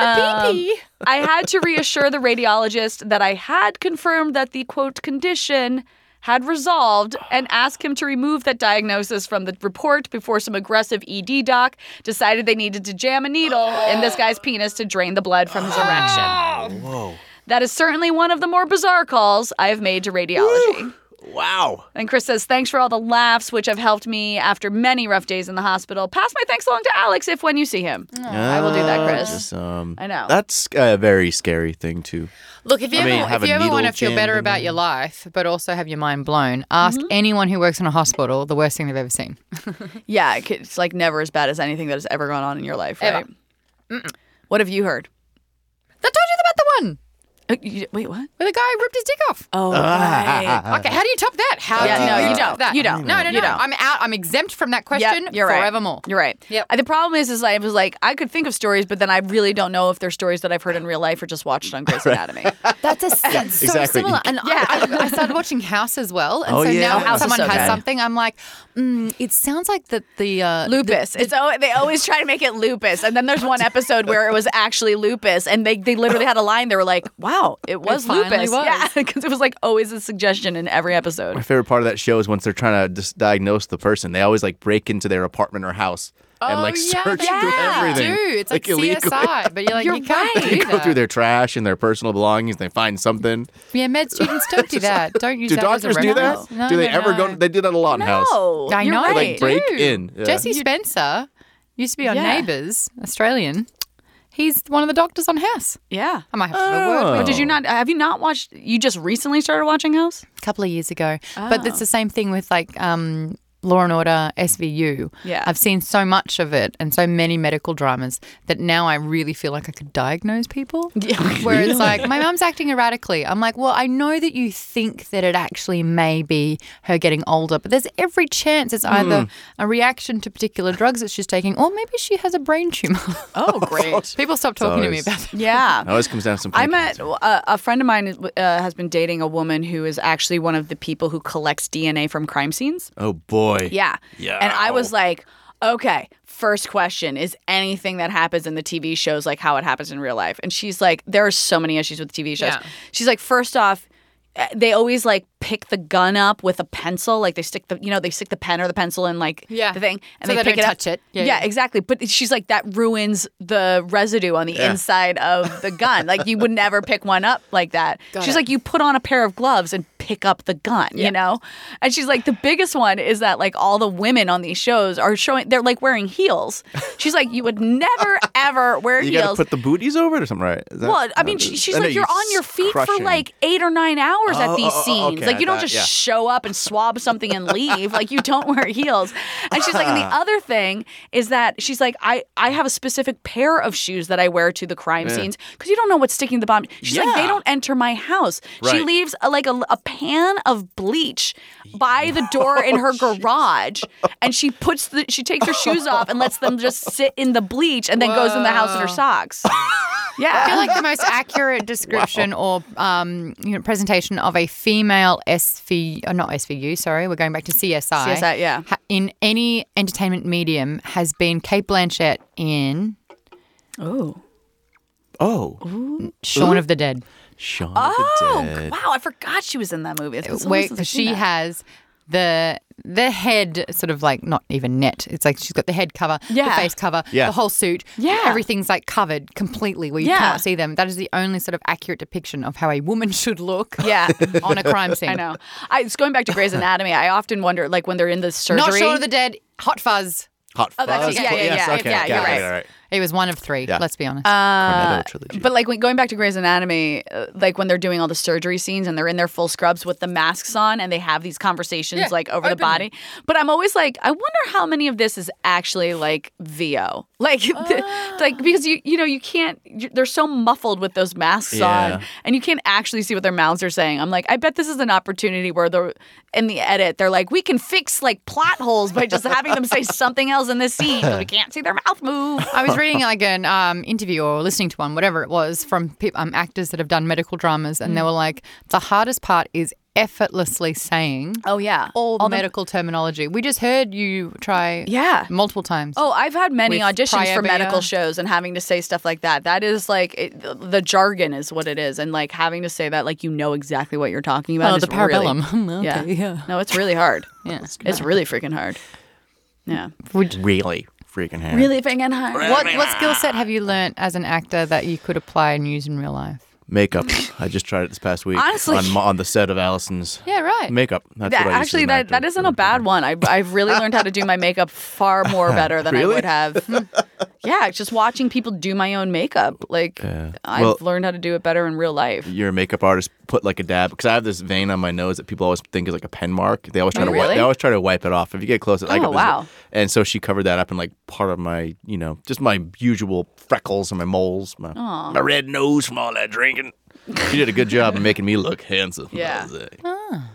[SPEAKER 2] Or pee pee.
[SPEAKER 3] I had to reassure the radiologist that I had confirmed that the quote condition had resolved and ask him to remove that diagnosis from the report before some aggressive ED doc decided they needed to jam a needle in this guy's penis to drain the blood from his erection. Whoa. That is certainly one of the more bizarre calls I have made to radiology.
[SPEAKER 4] Wow.
[SPEAKER 3] And Chris says, Thanks for all the laughs, which have helped me after many rough days in the hospital. Pass my thanks along to Alex if when you see him. Oh, I will do that, Chris.
[SPEAKER 4] Just, um,
[SPEAKER 3] I know.
[SPEAKER 4] That's a very scary thing too.
[SPEAKER 2] Look, if you
[SPEAKER 4] I mean,
[SPEAKER 2] ever,
[SPEAKER 4] have
[SPEAKER 2] if
[SPEAKER 4] a
[SPEAKER 2] you ever want to
[SPEAKER 4] needle
[SPEAKER 2] feel better
[SPEAKER 4] jammed in
[SPEAKER 2] about
[SPEAKER 4] there.
[SPEAKER 2] your life, but also have your mind blown,
[SPEAKER 3] Mm-hmm.
[SPEAKER 2] ask anyone who works in a hospital the worst thing they've ever seen.
[SPEAKER 3] Yeah, it could- it's like never as bad as anything that has ever gone on in your life, right? What have you heard?
[SPEAKER 2] I told you about the one
[SPEAKER 3] Uh, you- wait, what?
[SPEAKER 2] where the guy ripped his dick off.
[SPEAKER 3] Oh, right.
[SPEAKER 2] okay, how do you top that? How
[SPEAKER 3] Yeah,
[SPEAKER 2] do
[SPEAKER 3] no,
[SPEAKER 2] you
[SPEAKER 3] you
[SPEAKER 2] top
[SPEAKER 3] don't.
[SPEAKER 2] that?
[SPEAKER 3] You don't.
[SPEAKER 2] No, no, no.
[SPEAKER 3] You don't.
[SPEAKER 2] I'm out. I'm exempt from that question
[SPEAKER 3] Yep, you're right.
[SPEAKER 2] forevermore.
[SPEAKER 3] You're right.
[SPEAKER 2] Yep.
[SPEAKER 3] Uh, The problem is, is I was like, I could think of stories, but then I really don't know if they're stories that I've heard in real life or just watched on Grey's Anatomy.
[SPEAKER 2] That's a that's so
[SPEAKER 4] Exactly.
[SPEAKER 2] similar. And
[SPEAKER 3] Yeah.
[SPEAKER 2] I, I, I started watching House as well, and
[SPEAKER 4] Oh,
[SPEAKER 2] so
[SPEAKER 4] yeah.
[SPEAKER 2] now
[SPEAKER 4] House
[SPEAKER 2] when
[SPEAKER 4] is
[SPEAKER 2] someone
[SPEAKER 3] so
[SPEAKER 2] has
[SPEAKER 3] good.
[SPEAKER 2] something, I'm like, mm, it sounds like the the uh,
[SPEAKER 3] lupus. It's oh, they always try to make it lupus, and then there's one episode where it was actually lupus, and they they literally had a line. They were like, "Wow, it was
[SPEAKER 2] finally
[SPEAKER 3] lupus."
[SPEAKER 2] was.
[SPEAKER 3] Yeah, because it was like always a suggestion in every episode.
[SPEAKER 4] My favorite part of that show is once they're trying to dis- diagnose the person, they always like break into their apartment or house
[SPEAKER 3] Oh,
[SPEAKER 4] and like search through
[SPEAKER 2] yeah, they
[SPEAKER 4] everything.
[SPEAKER 2] do. It's like,
[SPEAKER 4] illegally.
[SPEAKER 2] CSI, but you're like,
[SPEAKER 3] You're
[SPEAKER 2] you can't
[SPEAKER 3] right.
[SPEAKER 2] do
[SPEAKER 4] They go
[SPEAKER 2] that.
[SPEAKER 4] through their trash and their personal belongings. They find something.
[SPEAKER 2] yeah, med students don't do that. Don't use
[SPEAKER 4] Do
[SPEAKER 2] that
[SPEAKER 4] doctors
[SPEAKER 2] as a
[SPEAKER 4] do
[SPEAKER 2] reference.
[SPEAKER 4] that?
[SPEAKER 2] No,
[SPEAKER 4] do they
[SPEAKER 2] no,
[SPEAKER 4] ever
[SPEAKER 2] no.
[SPEAKER 4] go? They do that a lot in house.
[SPEAKER 3] Oh,
[SPEAKER 2] I
[SPEAKER 3] you're
[SPEAKER 2] know.
[SPEAKER 4] They,
[SPEAKER 3] Right.
[SPEAKER 4] like break in. Yeah.
[SPEAKER 2] Jesse Spencer used to be on
[SPEAKER 3] Yeah.
[SPEAKER 2] Neighbours, Australian. He's one of the doctors on House.
[SPEAKER 3] yeah.
[SPEAKER 2] I might have to have a word with
[SPEAKER 3] But did you not? Have you not watched? You just recently started watching House.
[SPEAKER 2] a couple of years ago. But
[SPEAKER 3] Ah.
[SPEAKER 2] it's the same thing with like um, Law and Order SVU.
[SPEAKER 3] Yeah.
[SPEAKER 2] I've seen so much of it and so many medical dramas that now I really feel like I could diagnose people. Where it's like, my mum's acting erratically. I'm like, well, I know that you think that it actually may be her getting older, but there's every chance it's either a reaction to particular drugs that she's taking or maybe she has a brain tumor.
[SPEAKER 3] Oh, great.
[SPEAKER 2] people stop talking to me
[SPEAKER 4] always-
[SPEAKER 2] about that.
[SPEAKER 3] yeah.
[SPEAKER 4] It always comes down to some.
[SPEAKER 3] I
[SPEAKER 4] kind of
[SPEAKER 3] met a, a friend of mine is- uh, has been dating a woman who is actually one of the people who collects DNA from crime scenes.
[SPEAKER 4] Oh boy.
[SPEAKER 3] Yeah.
[SPEAKER 4] Yeah.
[SPEAKER 3] And I was like, okay, first question is anything that happens in the TV shows like how it happens in real life? And she's like, there are so many issues with TV shows. She's like, first off, uh, they always like pick the gun up with a pencil. Like they stick the you know they stick the pen or the pencil in like
[SPEAKER 6] Yeah.
[SPEAKER 3] the thing and
[SPEAKER 6] So
[SPEAKER 3] they
[SPEAKER 6] they
[SPEAKER 3] pick
[SPEAKER 6] don't
[SPEAKER 3] it up.
[SPEAKER 6] touch it.
[SPEAKER 3] Yeah,
[SPEAKER 6] Yeah, yeah.
[SPEAKER 3] exactly. But she's like that ruins the residue on the inside of the gun. like you would never pick one up like that. she's like you put on a pair of gloves and pick up the gun. You know, and she's like the biggest one is that like all the women on these shows are showing they're like wearing heels. She's like you would never ever wear
[SPEAKER 4] You got to
[SPEAKER 3] heels.
[SPEAKER 4] put the booties over it or something, right? Is that-
[SPEAKER 3] Well, I
[SPEAKER 4] no,
[SPEAKER 3] mean,
[SPEAKER 4] this-
[SPEAKER 3] she- she's
[SPEAKER 4] I know
[SPEAKER 3] like, you're on your feet for
[SPEAKER 4] crushing.
[SPEAKER 3] like eight or nine hours at
[SPEAKER 4] Oh,
[SPEAKER 3] these
[SPEAKER 4] oh, oh,
[SPEAKER 3] scenes.
[SPEAKER 4] okay,
[SPEAKER 3] like, you don't
[SPEAKER 4] that-
[SPEAKER 3] just
[SPEAKER 4] yeah.
[SPEAKER 3] show up and swab something and leave. like, you don't wear heels. And she's like, and the other thing is that she's like, I, I have a specific pair of shoes that I wear to the crime scenes because you don't know what's sticking to the bomb. She's like, they
[SPEAKER 4] Yeah.
[SPEAKER 3] don't enter my house. She
[SPEAKER 4] Right.
[SPEAKER 3] leaves a, like a, a pan of bleach by the door in her garage, and she puts the she takes her shoes off and lets them just sit in the bleach, and then goes in the house in her socks. Yeah,
[SPEAKER 2] I feel like the most accurate description or um, you know, presentation of a female SV, or not SVU, sorry, we're going back to CSI.
[SPEAKER 3] CSI, yeah.
[SPEAKER 2] ha- In any entertainment medium has been Kate Blanchett in
[SPEAKER 3] Oh.
[SPEAKER 4] Oh,
[SPEAKER 2] Shaun of the Dead.
[SPEAKER 4] Shaun
[SPEAKER 3] Oh,
[SPEAKER 4] of the Dead.
[SPEAKER 3] wow. I forgot she was in that movie. It's been so long
[SPEAKER 2] Wait,
[SPEAKER 3] since I've
[SPEAKER 2] 'cause
[SPEAKER 3] seen
[SPEAKER 2] she
[SPEAKER 3] that.
[SPEAKER 2] has the the head sort of like not even net. It's like she's got the head cover,
[SPEAKER 3] Yeah.
[SPEAKER 2] the face cover,
[SPEAKER 4] Yeah.
[SPEAKER 2] the whole suit.
[SPEAKER 3] Yeah.
[SPEAKER 2] Everything's like covered completely where you
[SPEAKER 3] Yeah.
[SPEAKER 2] can't see them. That is the only sort of accurate depiction of how a woman should look
[SPEAKER 3] Yeah.
[SPEAKER 2] on a crime scene.
[SPEAKER 3] I know. I, it's going back to Grey's Anatomy. I often wonder, like, when they're in the surgery.
[SPEAKER 2] Not Shaun of the Dead, Hot Fuzz.
[SPEAKER 4] Hot
[SPEAKER 3] Oh, that's-
[SPEAKER 4] Fuzz.
[SPEAKER 3] yeah, yeah,
[SPEAKER 4] yes,
[SPEAKER 3] yeah.
[SPEAKER 4] Okay,
[SPEAKER 3] Yeah,
[SPEAKER 4] got
[SPEAKER 3] you're
[SPEAKER 4] it,
[SPEAKER 3] right. Uh,
[SPEAKER 4] all right.
[SPEAKER 2] It was one of three,
[SPEAKER 4] Yeah.
[SPEAKER 2] let's be honest.
[SPEAKER 4] Cornetto trilogy.
[SPEAKER 3] But like when, going back to Grey's Anatomy, uh, like when they're doing all the surgery scenes and they're in their full scrubs with the masks on and they have these conversations like over the body. But I'm always like, I wonder how many of this is actually like VO, like the- like because you you know you can't you, they're so muffled with those masks
[SPEAKER 4] Yeah.
[SPEAKER 3] on and you can't actually see what their mouths are saying. I'm like, I bet this is an opportunity where they're in the edit they're like, we can fix like plot holes by just having them say something else in this scene because we can't see their mouth move.
[SPEAKER 2] I was reading like an um, interview or listening to one, whatever it was, from peop um, actors that have done medical dramas, and they were like, the hardest part is effortlessly saying
[SPEAKER 3] Oh yeah,
[SPEAKER 2] all, the medical terminology. We just heard you try
[SPEAKER 3] Yeah.
[SPEAKER 2] multiple times.
[SPEAKER 3] Oh, I've had many
[SPEAKER 2] With
[SPEAKER 3] auditions for
[SPEAKER 2] Priabia.
[SPEAKER 3] medical shows and having to say stuff like that. That is like it, the- the jargon is what it is, and like having to say that like you know exactly what you're talking about.
[SPEAKER 2] Oh,
[SPEAKER 3] is
[SPEAKER 2] the parabellum.
[SPEAKER 3] Really,
[SPEAKER 2] Okay,
[SPEAKER 3] yeah, no, it's really hard. yeah, it's really freaking hard. Yeah,
[SPEAKER 4] really freaking hair.
[SPEAKER 3] really freaking hard.
[SPEAKER 2] What, what skill set have you learnt as an actor that you could apply and use in real life?
[SPEAKER 4] Makeup. I just tried it this past week.
[SPEAKER 3] Honestly.
[SPEAKER 4] on, on the set of Allison's.
[SPEAKER 2] Yeah, right.
[SPEAKER 4] Makeup. That's
[SPEAKER 3] That,
[SPEAKER 4] what I used
[SPEAKER 3] actually,
[SPEAKER 4] as an
[SPEAKER 3] that,
[SPEAKER 4] actor.
[SPEAKER 3] that isn't a bad one. I, I've really learned how to do my makeup far more better than I
[SPEAKER 4] Really?
[SPEAKER 3] would have. yeah, just watching people do my own makeup. Like, I've
[SPEAKER 4] Well-
[SPEAKER 3] learned how to do it better in real life.
[SPEAKER 4] You're a makeup artist. Put like a dab because I have this vein on my nose that people always think is like a pen mark. They always try to
[SPEAKER 3] Oh, really?
[SPEAKER 4] wipe, they always try to wipe it off. If you get close, I
[SPEAKER 3] Oh,
[SPEAKER 4] got this-
[SPEAKER 3] wow.
[SPEAKER 4] And so she covered that up in like part of my you know just my usual freckles and my moles, my, my red nose from all that drinking. She did a good job in making me look handsome.
[SPEAKER 3] Yeah. Ah,
[SPEAKER 4] That was it.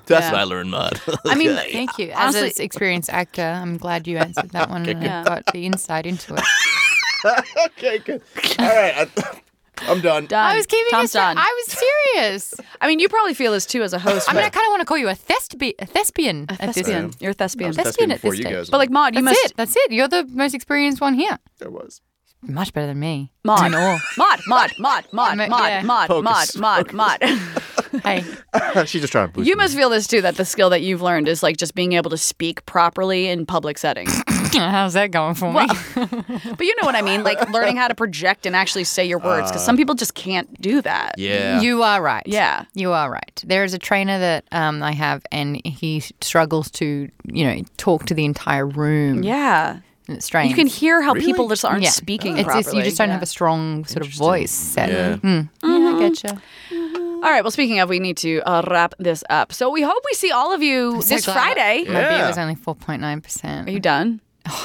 [SPEAKER 4] That's
[SPEAKER 3] Yeah.
[SPEAKER 4] what I learned, mud.
[SPEAKER 3] I mean,
[SPEAKER 2] Thank you. As
[SPEAKER 3] Honestly-
[SPEAKER 2] an experienced actor, I'm glad you answered that one and I got the insight into it.
[SPEAKER 4] okay, good. All right, I, am done.
[SPEAKER 3] done.
[SPEAKER 2] I was keeping
[SPEAKER 3] Tom's
[SPEAKER 2] it.
[SPEAKER 3] done.
[SPEAKER 2] I was serious.
[SPEAKER 3] I mean, you probably feel this too as a host.
[SPEAKER 2] I mean, I
[SPEAKER 3] but-
[SPEAKER 2] kind of want to call you a thespian. A thespian. A at this
[SPEAKER 3] thespian.
[SPEAKER 2] point.
[SPEAKER 3] You're a thespian.
[SPEAKER 2] That's been at
[SPEAKER 4] before
[SPEAKER 2] this
[SPEAKER 4] you
[SPEAKER 2] stage.
[SPEAKER 4] guys.
[SPEAKER 3] but like, Maud, you
[SPEAKER 2] That's
[SPEAKER 3] must.
[SPEAKER 2] it. That's it. You're the most experienced one here.
[SPEAKER 4] there was.
[SPEAKER 2] Much better than me.
[SPEAKER 3] Maud,
[SPEAKER 2] In all.
[SPEAKER 3] Maud, Maud, Maud, Maud,
[SPEAKER 2] Ma-
[SPEAKER 3] Maud,
[SPEAKER 2] yeah.
[SPEAKER 3] Maud,
[SPEAKER 4] Focus,
[SPEAKER 3] Maud, Maud, Maud.
[SPEAKER 2] Hey,
[SPEAKER 4] She's just trying to boost
[SPEAKER 3] You
[SPEAKER 4] me.
[SPEAKER 3] must feel this too. That the skill that you've learned is like just being able to speak properly in public settings.
[SPEAKER 2] how's that going for me?
[SPEAKER 3] but you know what I mean, like learning how to project and actually say your words, because some people just can't do that.
[SPEAKER 4] Uh, Yeah.
[SPEAKER 2] You are right.
[SPEAKER 3] Yeah.
[SPEAKER 2] You are right. There is a trainer that um, I have, and he struggles to, you know, talk to the entire room.
[SPEAKER 3] Yeah.
[SPEAKER 2] And it's strange.
[SPEAKER 3] You can hear how people just aren't
[SPEAKER 2] Yeah.
[SPEAKER 3] speaking
[SPEAKER 2] It's
[SPEAKER 3] properly.
[SPEAKER 2] just, you just don't
[SPEAKER 3] Yeah. Mm-hmm.
[SPEAKER 2] have a strong sort of voice set.
[SPEAKER 4] Yeah.
[SPEAKER 2] Mm. yeah I get you.
[SPEAKER 3] All right. Well, speaking of, we need to uh, wrap this up. So we hope we see all of you this Friday.
[SPEAKER 2] My beat
[SPEAKER 4] Yeah.
[SPEAKER 2] was only 4.9%.
[SPEAKER 3] Are you done?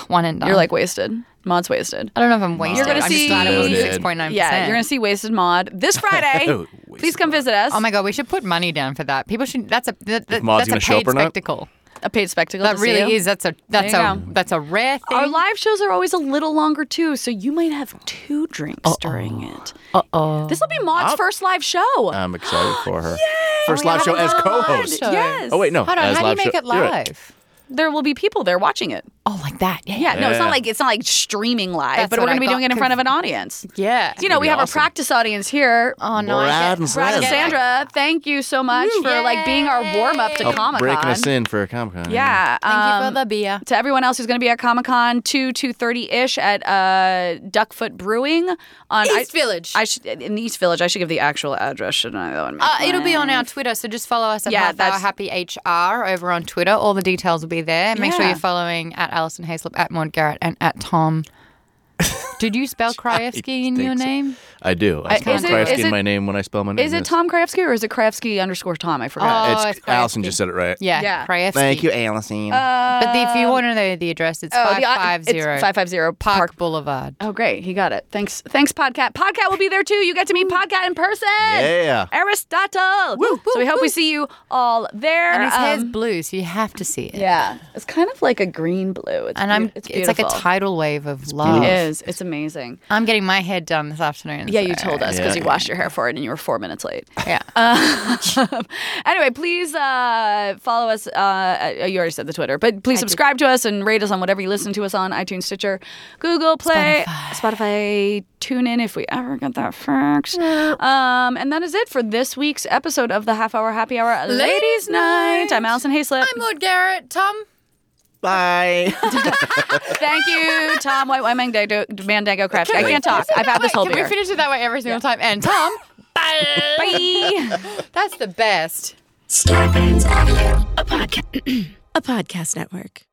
[SPEAKER 2] One and done.
[SPEAKER 3] You're like wasted. Maud's wasted.
[SPEAKER 2] I don't know if I'm wasted.
[SPEAKER 3] You're gonna
[SPEAKER 2] I'm just
[SPEAKER 3] see-
[SPEAKER 2] glad it wasn't
[SPEAKER 4] Loaded.
[SPEAKER 2] 6.9%.
[SPEAKER 3] Yeah, you're gonna see Wasted Mod this Friday. Please come visit us.
[SPEAKER 2] Oh my god, we should put money down for that. People should. That's a that, that,
[SPEAKER 4] Maud's
[SPEAKER 2] that's a
[SPEAKER 4] gonna show up
[SPEAKER 2] paid
[SPEAKER 4] or not?
[SPEAKER 2] spectacle.
[SPEAKER 3] a paid spectacle.
[SPEAKER 2] That
[SPEAKER 3] to see
[SPEAKER 2] really
[SPEAKER 3] you.
[SPEAKER 2] is. That's a that's
[SPEAKER 3] There you
[SPEAKER 2] a
[SPEAKER 3] go.
[SPEAKER 2] that's a rare
[SPEAKER 4] Oh,
[SPEAKER 2] thing.
[SPEAKER 3] Our live shows are always a little longer too, so you might have two drinks during it. Uh oh. This will be Maud's first live show.
[SPEAKER 4] I'm excited for her. First live show as co-host.
[SPEAKER 3] Yes.
[SPEAKER 4] Oh wait, no.
[SPEAKER 2] Hold on,
[SPEAKER 4] as
[SPEAKER 2] how do you
[SPEAKER 4] live
[SPEAKER 2] make
[SPEAKER 4] show-
[SPEAKER 2] it
[SPEAKER 4] you're right.
[SPEAKER 2] live?
[SPEAKER 3] there will be people there watching it.
[SPEAKER 2] Oh, like that. Yeah.
[SPEAKER 3] Yeah, no, it's not
[SPEAKER 4] Yeah.
[SPEAKER 3] like it's not like streaming live,
[SPEAKER 2] That's
[SPEAKER 3] but we're
[SPEAKER 2] what I
[SPEAKER 3] going to be doing
[SPEAKER 2] thought,
[SPEAKER 3] it in front of
[SPEAKER 2] 'cause-
[SPEAKER 3] an audience.
[SPEAKER 2] Yeah.
[SPEAKER 3] You know, we have our
[SPEAKER 4] awesome.
[SPEAKER 3] practice audience here.
[SPEAKER 2] Oh, no. I get-
[SPEAKER 4] Brad and
[SPEAKER 3] Brad and
[SPEAKER 4] Sandra.
[SPEAKER 3] Sandra, thank you so much for like being our warm up to
[SPEAKER 4] Oh,
[SPEAKER 3] Comic
[SPEAKER 4] breaking
[SPEAKER 3] Con.
[SPEAKER 4] us in for Comic Con.
[SPEAKER 3] Yeah.
[SPEAKER 2] Thank you
[SPEAKER 3] um,
[SPEAKER 2] for the beer.
[SPEAKER 3] to everyone else who's going to be at Comic Con two two thirty ish at uh, Duckfoot Brewing on
[SPEAKER 2] East
[SPEAKER 3] I,
[SPEAKER 2] Village.
[SPEAKER 3] I should in the East Village. I should give the actual address, shouldn't I? That would make
[SPEAKER 2] Uh, it'll be on
[SPEAKER 3] sense.
[SPEAKER 2] our Twitter, so just follow us at
[SPEAKER 3] Yeah,
[SPEAKER 2] yeah, Half Hour
[SPEAKER 3] that's-
[SPEAKER 2] Happy HR over on Twitter. All the details will be there. Make sure
[SPEAKER 3] Yeah.
[SPEAKER 2] you're following at Alison Hayslip, at Maud Garrett, and at Tom. Did you spell Krajewski in your
[SPEAKER 4] stinks.
[SPEAKER 2] name?
[SPEAKER 4] I do. I
[SPEAKER 2] Uh, is
[SPEAKER 4] spell
[SPEAKER 2] it-
[SPEAKER 4] Krajewski
[SPEAKER 3] is it-
[SPEAKER 4] in my name when I spell my name.
[SPEAKER 3] Is it
[SPEAKER 4] Yes.
[SPEAKER 3] Tom Krafsky or is it Krafsky underscore Tom? I forgot.
[SPEAKER 2] Oh,
[SPEAKER 4] It's,
[SPEAKER 2] it's Krajewski.
[SPEAKER 4] Allison just said it right.
[SPEAKER 2] Yeah, Uh,
[SPEAKER 3] Yeah. Uh,
[SPEAKER 2] Krajewski.
[SPEAKER 1] Thank you, Allison.
[SPEAKER 2] But the- if you want to know the address, it's
[SPEAKER 3] Oh, the- it's
[SPEAKER 2] 550
[SPEAKER 3] 550 Park
[SPEAKER 2] Park Boulevard.
[SPEAKER 3] Oh, great. He got it. Thanks. Thanks, Podcat. Podcat will be there too. You get to meet Podcat in person.
[SPEAKER 4] Yeah.
[SPEAKER 3] Aristotle. so we hope we see you all there.
[SPEAKER 2] And his hair's
[SPEAKER 3] Um,
[SPEAKER 2] blue, so you have to see it.
[SPEAKER 3] yeah. It's kind of like a green blue. It's
[SPEAKER 2] And I'm
[SPEAKER 3] beau-
[SPEAKER 2] it's, like a
[SPEAKER 3] beautiful.
[SPEAKER 2] tidal wave of love.
[SPEAKER 3] It is. It's amazing.
[SPEAKER 2] I'm getting my head done this afternoon.
[SPEAKER 3] Yeah,
[SPEAKER 2] so-
[SPEAKER 3] you told us because
[SPEAKER 4] Yeah.
[SPEAKER 3] you washed your hair for it and you were four minutes late.
[SPEAKER 2] Yeah.
[SPEAKER 3] Um, anyway, please uh, follow us. Uh, uh, you already said the Twitter, but please subscribe to us and rate us on whatever you listen to us on iTunes, Stitcher, Google Play, Spotify. Tune in if we ever get that fax. Um, and that is it for this week's episode of the Half Hour Happy Hour Ladies, Night. I'm Allison Hayslip.
[SPEAKER 2] I'm Maud Garrett. Tom.
[SPEAKER 1] Bye.
[SPEAKER 3] Thank you, Tom White White Mandago, Mandago Crafty. I can't talk. I've had this whole
[SPEAKER 2] Can
[SPEAKER 3] beer.
[SPEAKER 2] we finish it that way every single time? And Tom.
[SPEAKER 3] Bye.
[SPEAKER 2] That's the best.
[SPEAKER 8] a podcast network.